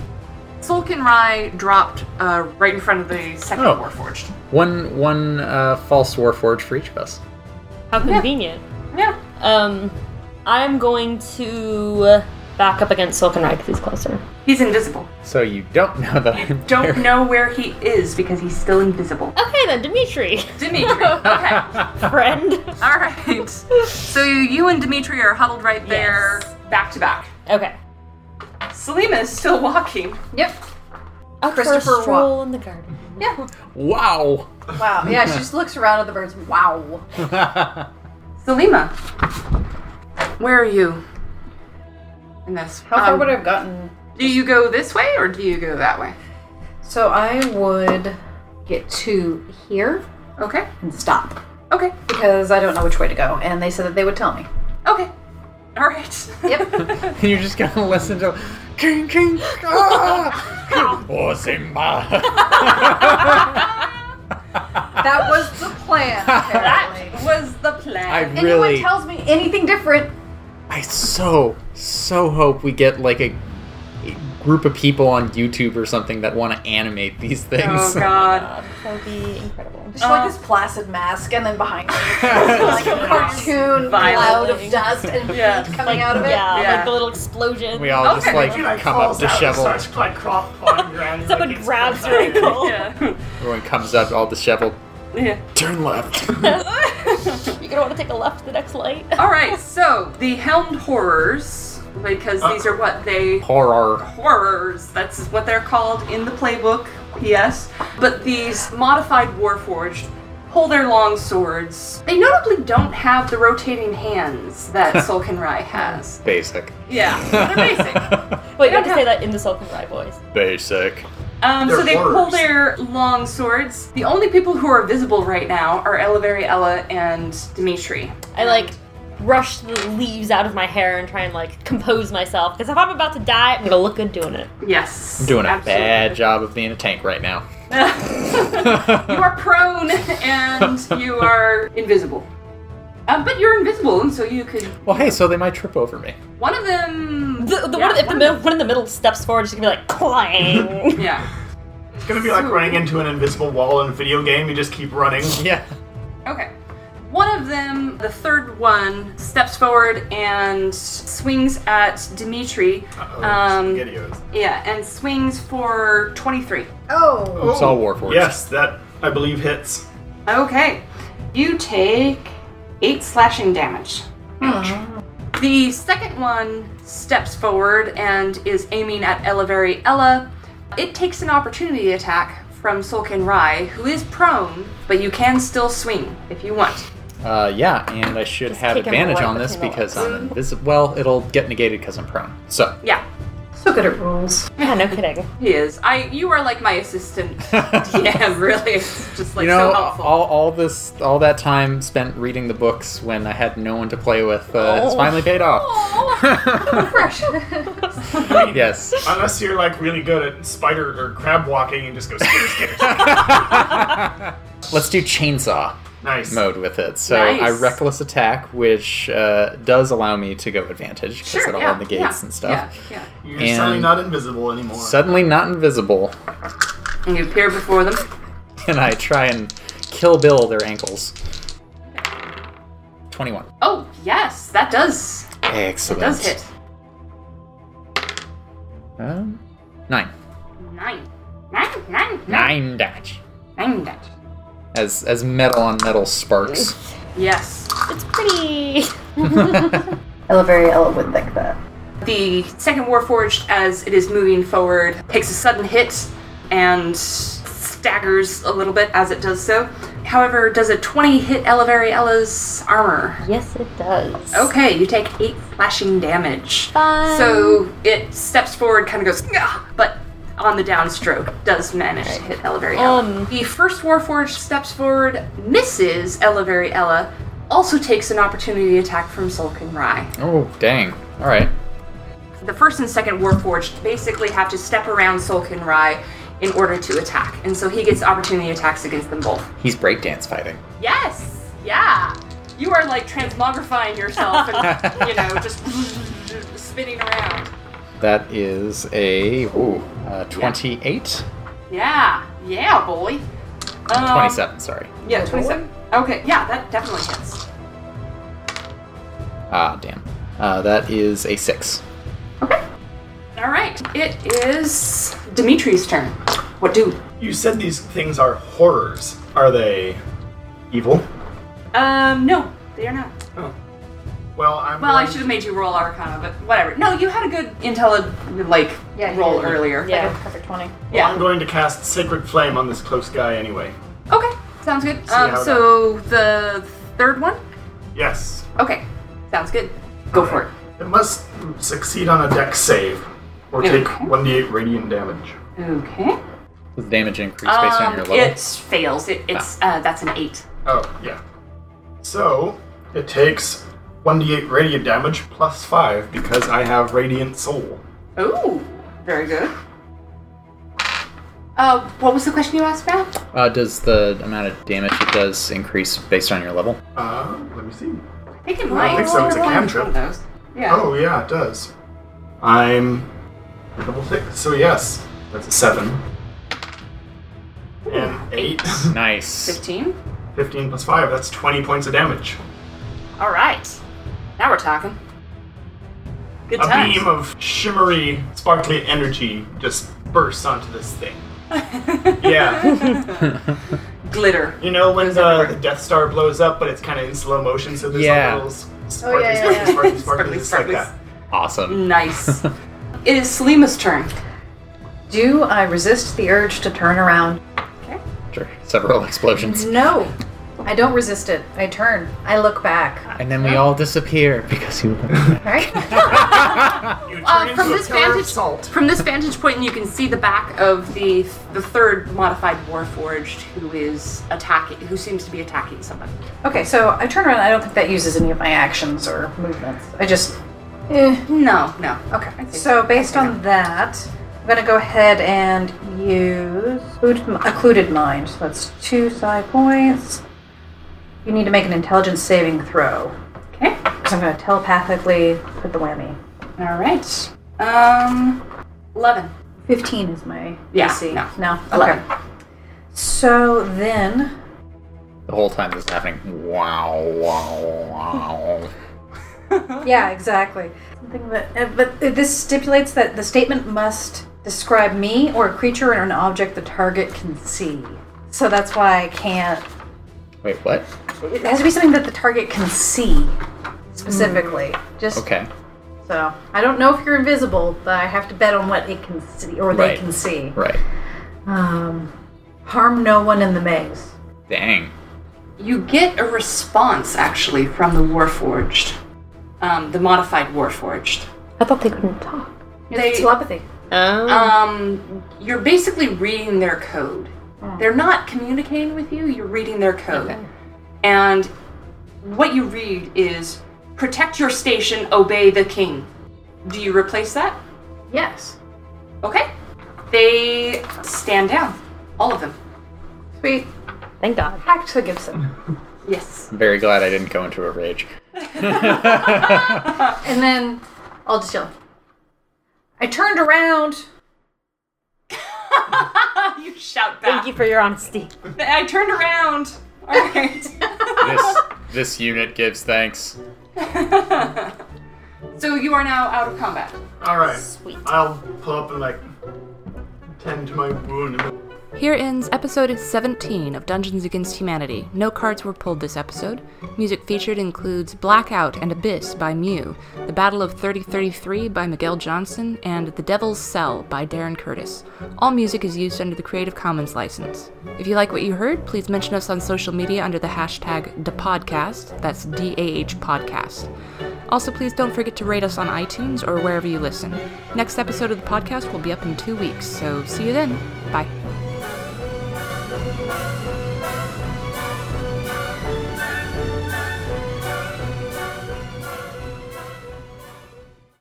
Speaker 4: Sulkin Rai dropped uh, right in front of the second
Speaker 8: Oh.
Speaker 4: Warforged.
Speaker 8: One one uh, false warforge for each of us.
Speaker 9: How convenient.
Speaker 4: Yeah.
Speaker 9: Um, I'm going to back up against Sulkinrai because he's closer.
Speaker 4: He's invisible.
Speaker 8: So you don't know that I'm there.
Speaker 4: Don't know where he is because he's
Speaker 9: *laughs*
Speaker 4: still invisible.
Speaker 9: Okay then, Dimitri,
Speaker 4: Dimitri. Okay.
Speaker 9: *laughs*
Speaker 8: *laughs*
Speaker 9: friend.
Speaker 4: All right. So you and Dimitri are huddled right there, back to back.
Speaker 9: Okay.
Speaker 4: Selima is still walking.
Speaker 3: Yep.
Speaker 9: A
Speaker 3: Christopher
Speaker 9: first stroll in the garden.
Speaker 8: Wow. *laughs*
Speaker 3: Wow. Yeah, she just looks around at the birds. Wow.
Speaker 4: Selima, where are you? In this.
Speaker 3: How far
Speaker 4: Um,
Speaker 3: would I have gotten?
Speaker 4: do you go this way or do you go that way?
Speaker 3: So I would get to here
Speaker 4: Okay.
Speaker 3: and stop
Speaker 4: Okay.
Speaker 3: because I don't know which way to go, and they said that they would tell me.
Speaker 4: Okay. All right. *laughs*
Speaker 3: *laughs* Yep.
Speaker 8: and you're just gonna listen to King King ah! Oh Simba
Speaker 3: that was the *laughs* plan. Apparently.
Speaker 4: Was the plan.
Speaker 8: *laughs*
Speaker 4: Oh,
Speaker 8: I
Speaker 3: Anyone
Speaker 8: really
Speaker 3: tells me anything different,
Speaker 8: I so so hope we get like a a group of people on YouTube or something that want to animate these things. *laughs*
Speaker 4: oh God.
Speaker 9: That would be incredible.
Speaker 3: Just like this placid mask, and then behind her, like a cartoon cloud
Speaker 4: Violent.
Speaker 3: of dust and *laughs*
Speaker 4: Yeah.
Speaker 3: feet coming out of it.
Speaker 9: Yeah,
Speaker 4: Yeah.
Speaker 9: like the little explosion.
Speaker 8: we all just
Speaker 4: Okay.
Speaker 8: like
Speaker 6: She, like,
Speaker 8: come up
Speaker 6: falls down and
Speaker 8: disheveled.
Speaker 6: starts, like, crop on ground,
Speaker 9: Someone
Speaker 6: like, it's
Speaker 9: grabs her
Speaker 6: perfect.
Speaker 9: *laughs* ankle.
Speaker 4: Yeah.
Speaker 8: Everyone comes up all disheveled.
Speaker 4: Yeah. *laughs*
Speaker 8: Turn left.
Speaker 9: You're gonna want to take a left at the next light.
Speaker 4: All right. So the helmed horrors, because these are what they
Speaker 8: Horror.
Speaker 4: horrors. That's what they're called in the playbook, yes. But these modified Warforged hold their long swords. They notably don't have the rotating hands that Solkenrai has.
Speaker 8: Basic. *laughs*
Speaker 4: Yeah, they're basic.
Speaker 9: Wait, you have to say that in the Sulkinrai voice.
Speaker 8: Basic.
Speaker 4: Um, so
Speaker 6: They're
Speaker 4: they pull
Speaker 6: horrors.
Speaker 4: their long swords. The only people who are visible right now are Eliveri Ella and Dimitri.
Speaker 9: I like brush the leaves out of my hair and try and like compose myself because if I'm about to die, I'm gonna look good doing it.
Speaker 4: Yes.
Speaker 8: Doing a
Speaker 4: absolutely.
Speaker 8: bad job of being a tank right now. *laughs*
Speaker 4: *laughs* you are prone and you are invisible. Um, but you're invisible, and so you could.
Speaker 8: Well, hey, so they might trip over me.
Speaker 4: One of them.
Speaker 9: The, the
Speaker 4: Yeah,
Speaker 9: one, if the
Speaker 4: one
Speaker 9: middle, one in the middle steps forward, she's gonna be like clang.
Speaker 4: Yeah.
Speaker 6: It's gonna be like running into an invisible wall in a video game. You just keep running.
Speaker 8: Yeah.
Speaker 4: Okay. One of them, the third one, steps forward and swings at Dimitri.
Speaker 6: Uh-oh,
Speaker 4: Um,
Speaker 6: spaghettios.
Speaker 4: Yeah, and swings for 23.
Speaker 3: Oh,
Speaker 8: It's all Warforged.
Speaker 6: Yes, that I believe hits.
Speaker 4: Okay. You take 8 slashing damage. Hmm. The second one steps forward and is aiming at Eliveri Ella. It takes an opportunity attack from Solkin Rai, who is prone, but you can still swing if you want.
Speaker 8: Uh, yeah, and I should have
Speaker 9: kick him
Speaker 8: advantage
Speaker 9: right
Speaker 8: on this
Speaker 9: between the
Speaker 8: because I'm invisible. Well, it'll get negated because I'm prone. So.
Speaker 4: Yeah,
Speaker 3: so good at rules.
Speaker 9: *laughs* yeah, no kidding.
Speaker 4: He is. I. You are like my assistant. *laughs*
Speaker 8: *laughs*
Speaker 4: yeah, really. It's just like
Speaker 8: you know,
Speaker 4: so helpful.
Speaker 8: all, all this, all that time spent reading the books when I had no one to play with, uh,
Speaker 4: Oh.
Speaker 8: has finally paid
Speaker 4: *laughs*
Speaker 8: off.
Speaker 3: Fresh.
Speaker 8: *laughs* yes.
Speaker 6: Unless you're like really good at spider or crab walking and just go skittle skittle.
Speaker 8: Let's do chainsaw
Speaker 6: nice.
Speaker 8: *laughs* mode with it. So I
Speaker 4: Nice.
Speaker 8: reckless attack, which uh, does allow me to go advantage because
Speaker 4: Sure,
Speaker 8: it'll
Speaker 4: yeah,
Speaker 8: the gates
Speaker 4: yeah,
Speaker 8: and stuff.
Speaker 4: Yeah,
Speaker 6: You're suddenly
Speaker 8: And-
Speaker 6: not invisible anymore.
Speaker 8: Suddenly not invisible, *laughs*
Speaker 4: yeah. And you appear before them.
Speaker 8: and I try and kill Bill their ankles. Twenty-one.
Speaker 4: Oh yes, that does.
Speaker 8: Excellent.
Speaker 4: It does hit.
Speaker 8: Um, nine.
Speaker 4: Nine. Nine. Nine. Nine.
Speaker 8: Nine damage.
Speaker 4: Nine. damage.
Speaker 8: As as metal on metal sparks.
Speaker 4: Yes.
Speaker 9: It's pretty.
Speaker 3: Ella very Ella would think that.
Speaker 4: The second Warforged, as it is moving forward, takes a sudden hit and staggers a little bit as it does so. However, does a 20 hit Eliveri Ella's armor?
Speaker 9: Yes, it does.
Speaker 4: Okay, you take eight slashing damage.
Speaker 9: Fun.
Speaker 4: So it steps forward, kind of goes, "Ngah," but on the downstroke does manage to hit Eliveri Ella.
Speaker 9: Um.
Speaker 4: the first Warforged steps forward, misses Eliveri Ella, also takes an opportunity attack from Sulkin Rai.
Speaker 8: *laughs* Oh dang! All right.
Speaker 4: The first and second Warforged basically have to step around Sulkin Rai in order to attack, and so he gets opportunity attacks against them both.
Speaker 8: He's breakdance fighting.
Speaker 4: Yes. Yeah. You are like transmogrifying yourself and, you know, just spinning around.
Speaker 8: That is a ooh, uh, 28?
Speaker 4: Yeah. Yeah, boy. Um,
Speaker 8: 27, sorry.
Speaker 4: Yeah, 27. Okay. Yeah, that definitely hits.
Speaker 8: Ah, damn. Uh, that is a six.
Speaker 4: All right. It is Dimitri's turn. What do?
Speaker 6: You said these things are horrors. Are they evil?
Speaker 4: Um, no, they are not.
Speaker 6: Oh. Well, I'm.
Speaker 4: Well, I
Speaker 6: going-
Speaker 4: should have made you roll Arcana, but whatever. No, you had a good intelli like
Speaker 3: Yeah, you
Speaker 4: roll
Speaker 3: did.
Speaker 4: earlier.
Speaker 10: Yeah.
Speaker 3: Perfect 20.
Speaker 4: yeah.
Speaker 6: I'm going to cast Sacred Flame on this close guy anyway.
Speaker 4: Okay, sounds good.
Speaker 6: See
Speaker 4: Um,
Speaker 6: how it
Speaker 4: so the third one.
Speaker 6: Yes.
Speaker 4: Okay, sounds good. Go for it.
Speaker 6: It must succeed on a deck save or take
Speaker 4: Okay.
Speaker 6: 1d8 radiant damage.
Speaker 4: Okay.
Speaker 8: The damage increase based
Speaker 4: Um,
Speaker 8: on your level.
Speaker 4: it fails. It, it's
Speaker 6: Ah.
Speaker 4: uh, that's an eight.
Speaker 6: Oh, yeah. So, it takes 1d8 radiant damage plus 5 because I have Radiant Soul.
Speaker 4: Oh, very good. Uh, what was the question you asked, Matt?
Speaker 8: Uh, does the amount of damage it does increase based on your level?
Speaker 6: Uh, let me see.
Speaker 4: I think it
Speaker 6: I
Speaker 4: might.
Speaker 6: think so, it's a
Speaker 4: One of
Speaker 6: cantrip.
Speaker 4: those. Yeah.
Speaker 6: Oh, yeah, it does. I'm. Double thick. So, yes, that's a 7. And *laughs* 8.
Speaker 8: Nice.
Speaker 4: 15.
Speaker 6: 15 plus 5, that's 20 points of damage.
Speaker 4: All right. Now we're talking. Good
Speaker 6: A
Speaker 4: times.
Speaker 6: beam of shimmery, sparkly energy just bursts onto this thing. yeah.
Speaker 4: Glitter.
Speaker 6: You know when the, the Death Star blows up, but it's kind of in slow motion, so there's
Speaker 8: Yeah.
Speaker 6: a little s-
Speaker 3: Oh,
Speaker 6: sparkly,
Speaker 3: yeah, yeah, yeah.
Speaker 6: sparkly, sparkly, sparkly,
Speaker 4: Sparkly,
Speaker 6: just
Speaker 4: sparkly.
Speaker 6: like that.
Speaker 8: Awesome.
Speaker 4: Mm. Nice. it is Selima's turn.
Speaker 3: Do I resist the urge to turn around?
Speaker 8: After several *laughs* explosions.
Speaker 3: No. I don't resist it. I turn. I look back.
Speaker 8: And then we all disappear because you.
Speaker 3: Right?
Speaker 6: You turn
Speaker 4: Uh,
Speaker 6: into
Speaker 4: from
Speaker 6: a
Speaker 4: this
Speaker 6: pillar of
Speaker 4: vantage
Speaker 6: salt.
Speaker 4: from this vantage point, you can see the back of the the third modified warforged who is attacking, who seems to be attacking somebody.
Speaker 3: *laughs* okay, so I turn around. I don't think that uses any of my actions or movements. I just. Eh.
Speaker 4: No, no.
Speaker 3: Okay. So based on that, I'm going to go ahead and use occluded m- occluded mind. So that's two side points. You need to make an intelligence saving throw.
Speaker 4: Okay.
Speaker 3: Because I'm going to telepathically put the whammy.
Speaker 4: All right. Um, eleven.
Speaker 3: 15 is my
Speaker 4: Yeah,
Speaker 3: AC.
Speaker 4: no.
Speaker 3: Okay. So then,
Speaker 8: *laughs* The whole time this is happening. Wow, wow, wow.
Speaker 3: yeah, exactly. Something that, uh, but this stipulates that the statement must describe me or a creature or an object the target can see. So that's why I can't.
Speaker 8: Wait, what?
Speaker 3: It has to be something that the target can see specifically. Just
Speaker 8: Okay.
Speaker 3: so I don't know if you're invisible, but I have to bet on what it can see or
Speaker 8: Right.
Speaker 3: they can see.
Speaker 8: Right.
Speaker 3: Um, harm no one in the maze.
Speaker 8: Dang.
Speaker 4: You get a response actually from the warforged, um, the modified warforged.
Speaker 10: I thought they couldn't talk.
Speaker 4: They-
Speaker 3: Telepathy.
Speaker 4: Um, you're basically reading their code. They're not communicating with you, you're reading their code. And what you read is protect your station, obey the king. Do you replace that?
Speaker 3: Yes.
Speaker 4: Okay. They stand down, all of them.
Speaker 3: Sweet.
Speaker 10: Thank God.
Speaker 3: Back to Gibson.
Speaker 4: Yes.
Speaker 8: I'm very glad I didn't go into a rage.
Speaker 3: And then I'll just yell. I turned around.
Speaker 4: you shout
Speaker 10: Thank
Speaker 4: back.
Speaker 10: you for your honesty.
Speaker 4: I turned around. All right.
Speaker 8: This this unit gives thanks.
Speaker 4: so you are now out of combat.
Speaker 6: Alright. I'll pull up and, like, tend to my wound.
Speaker 1: Here ends episode 17 of Dungeons Against Humanity. No cards were pulled this episode. Music featured includes Blackout and Abyss by Mew, The Battle of 3033 by Miguel Johnson, and The Devil's Cell by Darren Curtis. All music is used under the Creative Commons license. If you like what you heard, please mention us on social media under the hashtag DAPodcast, that's D A H podcast. Also, please don't forget to rate us on iTunes or wherever you listen. Next episode of the podcast will be up in two weeks, so see you then. Bye.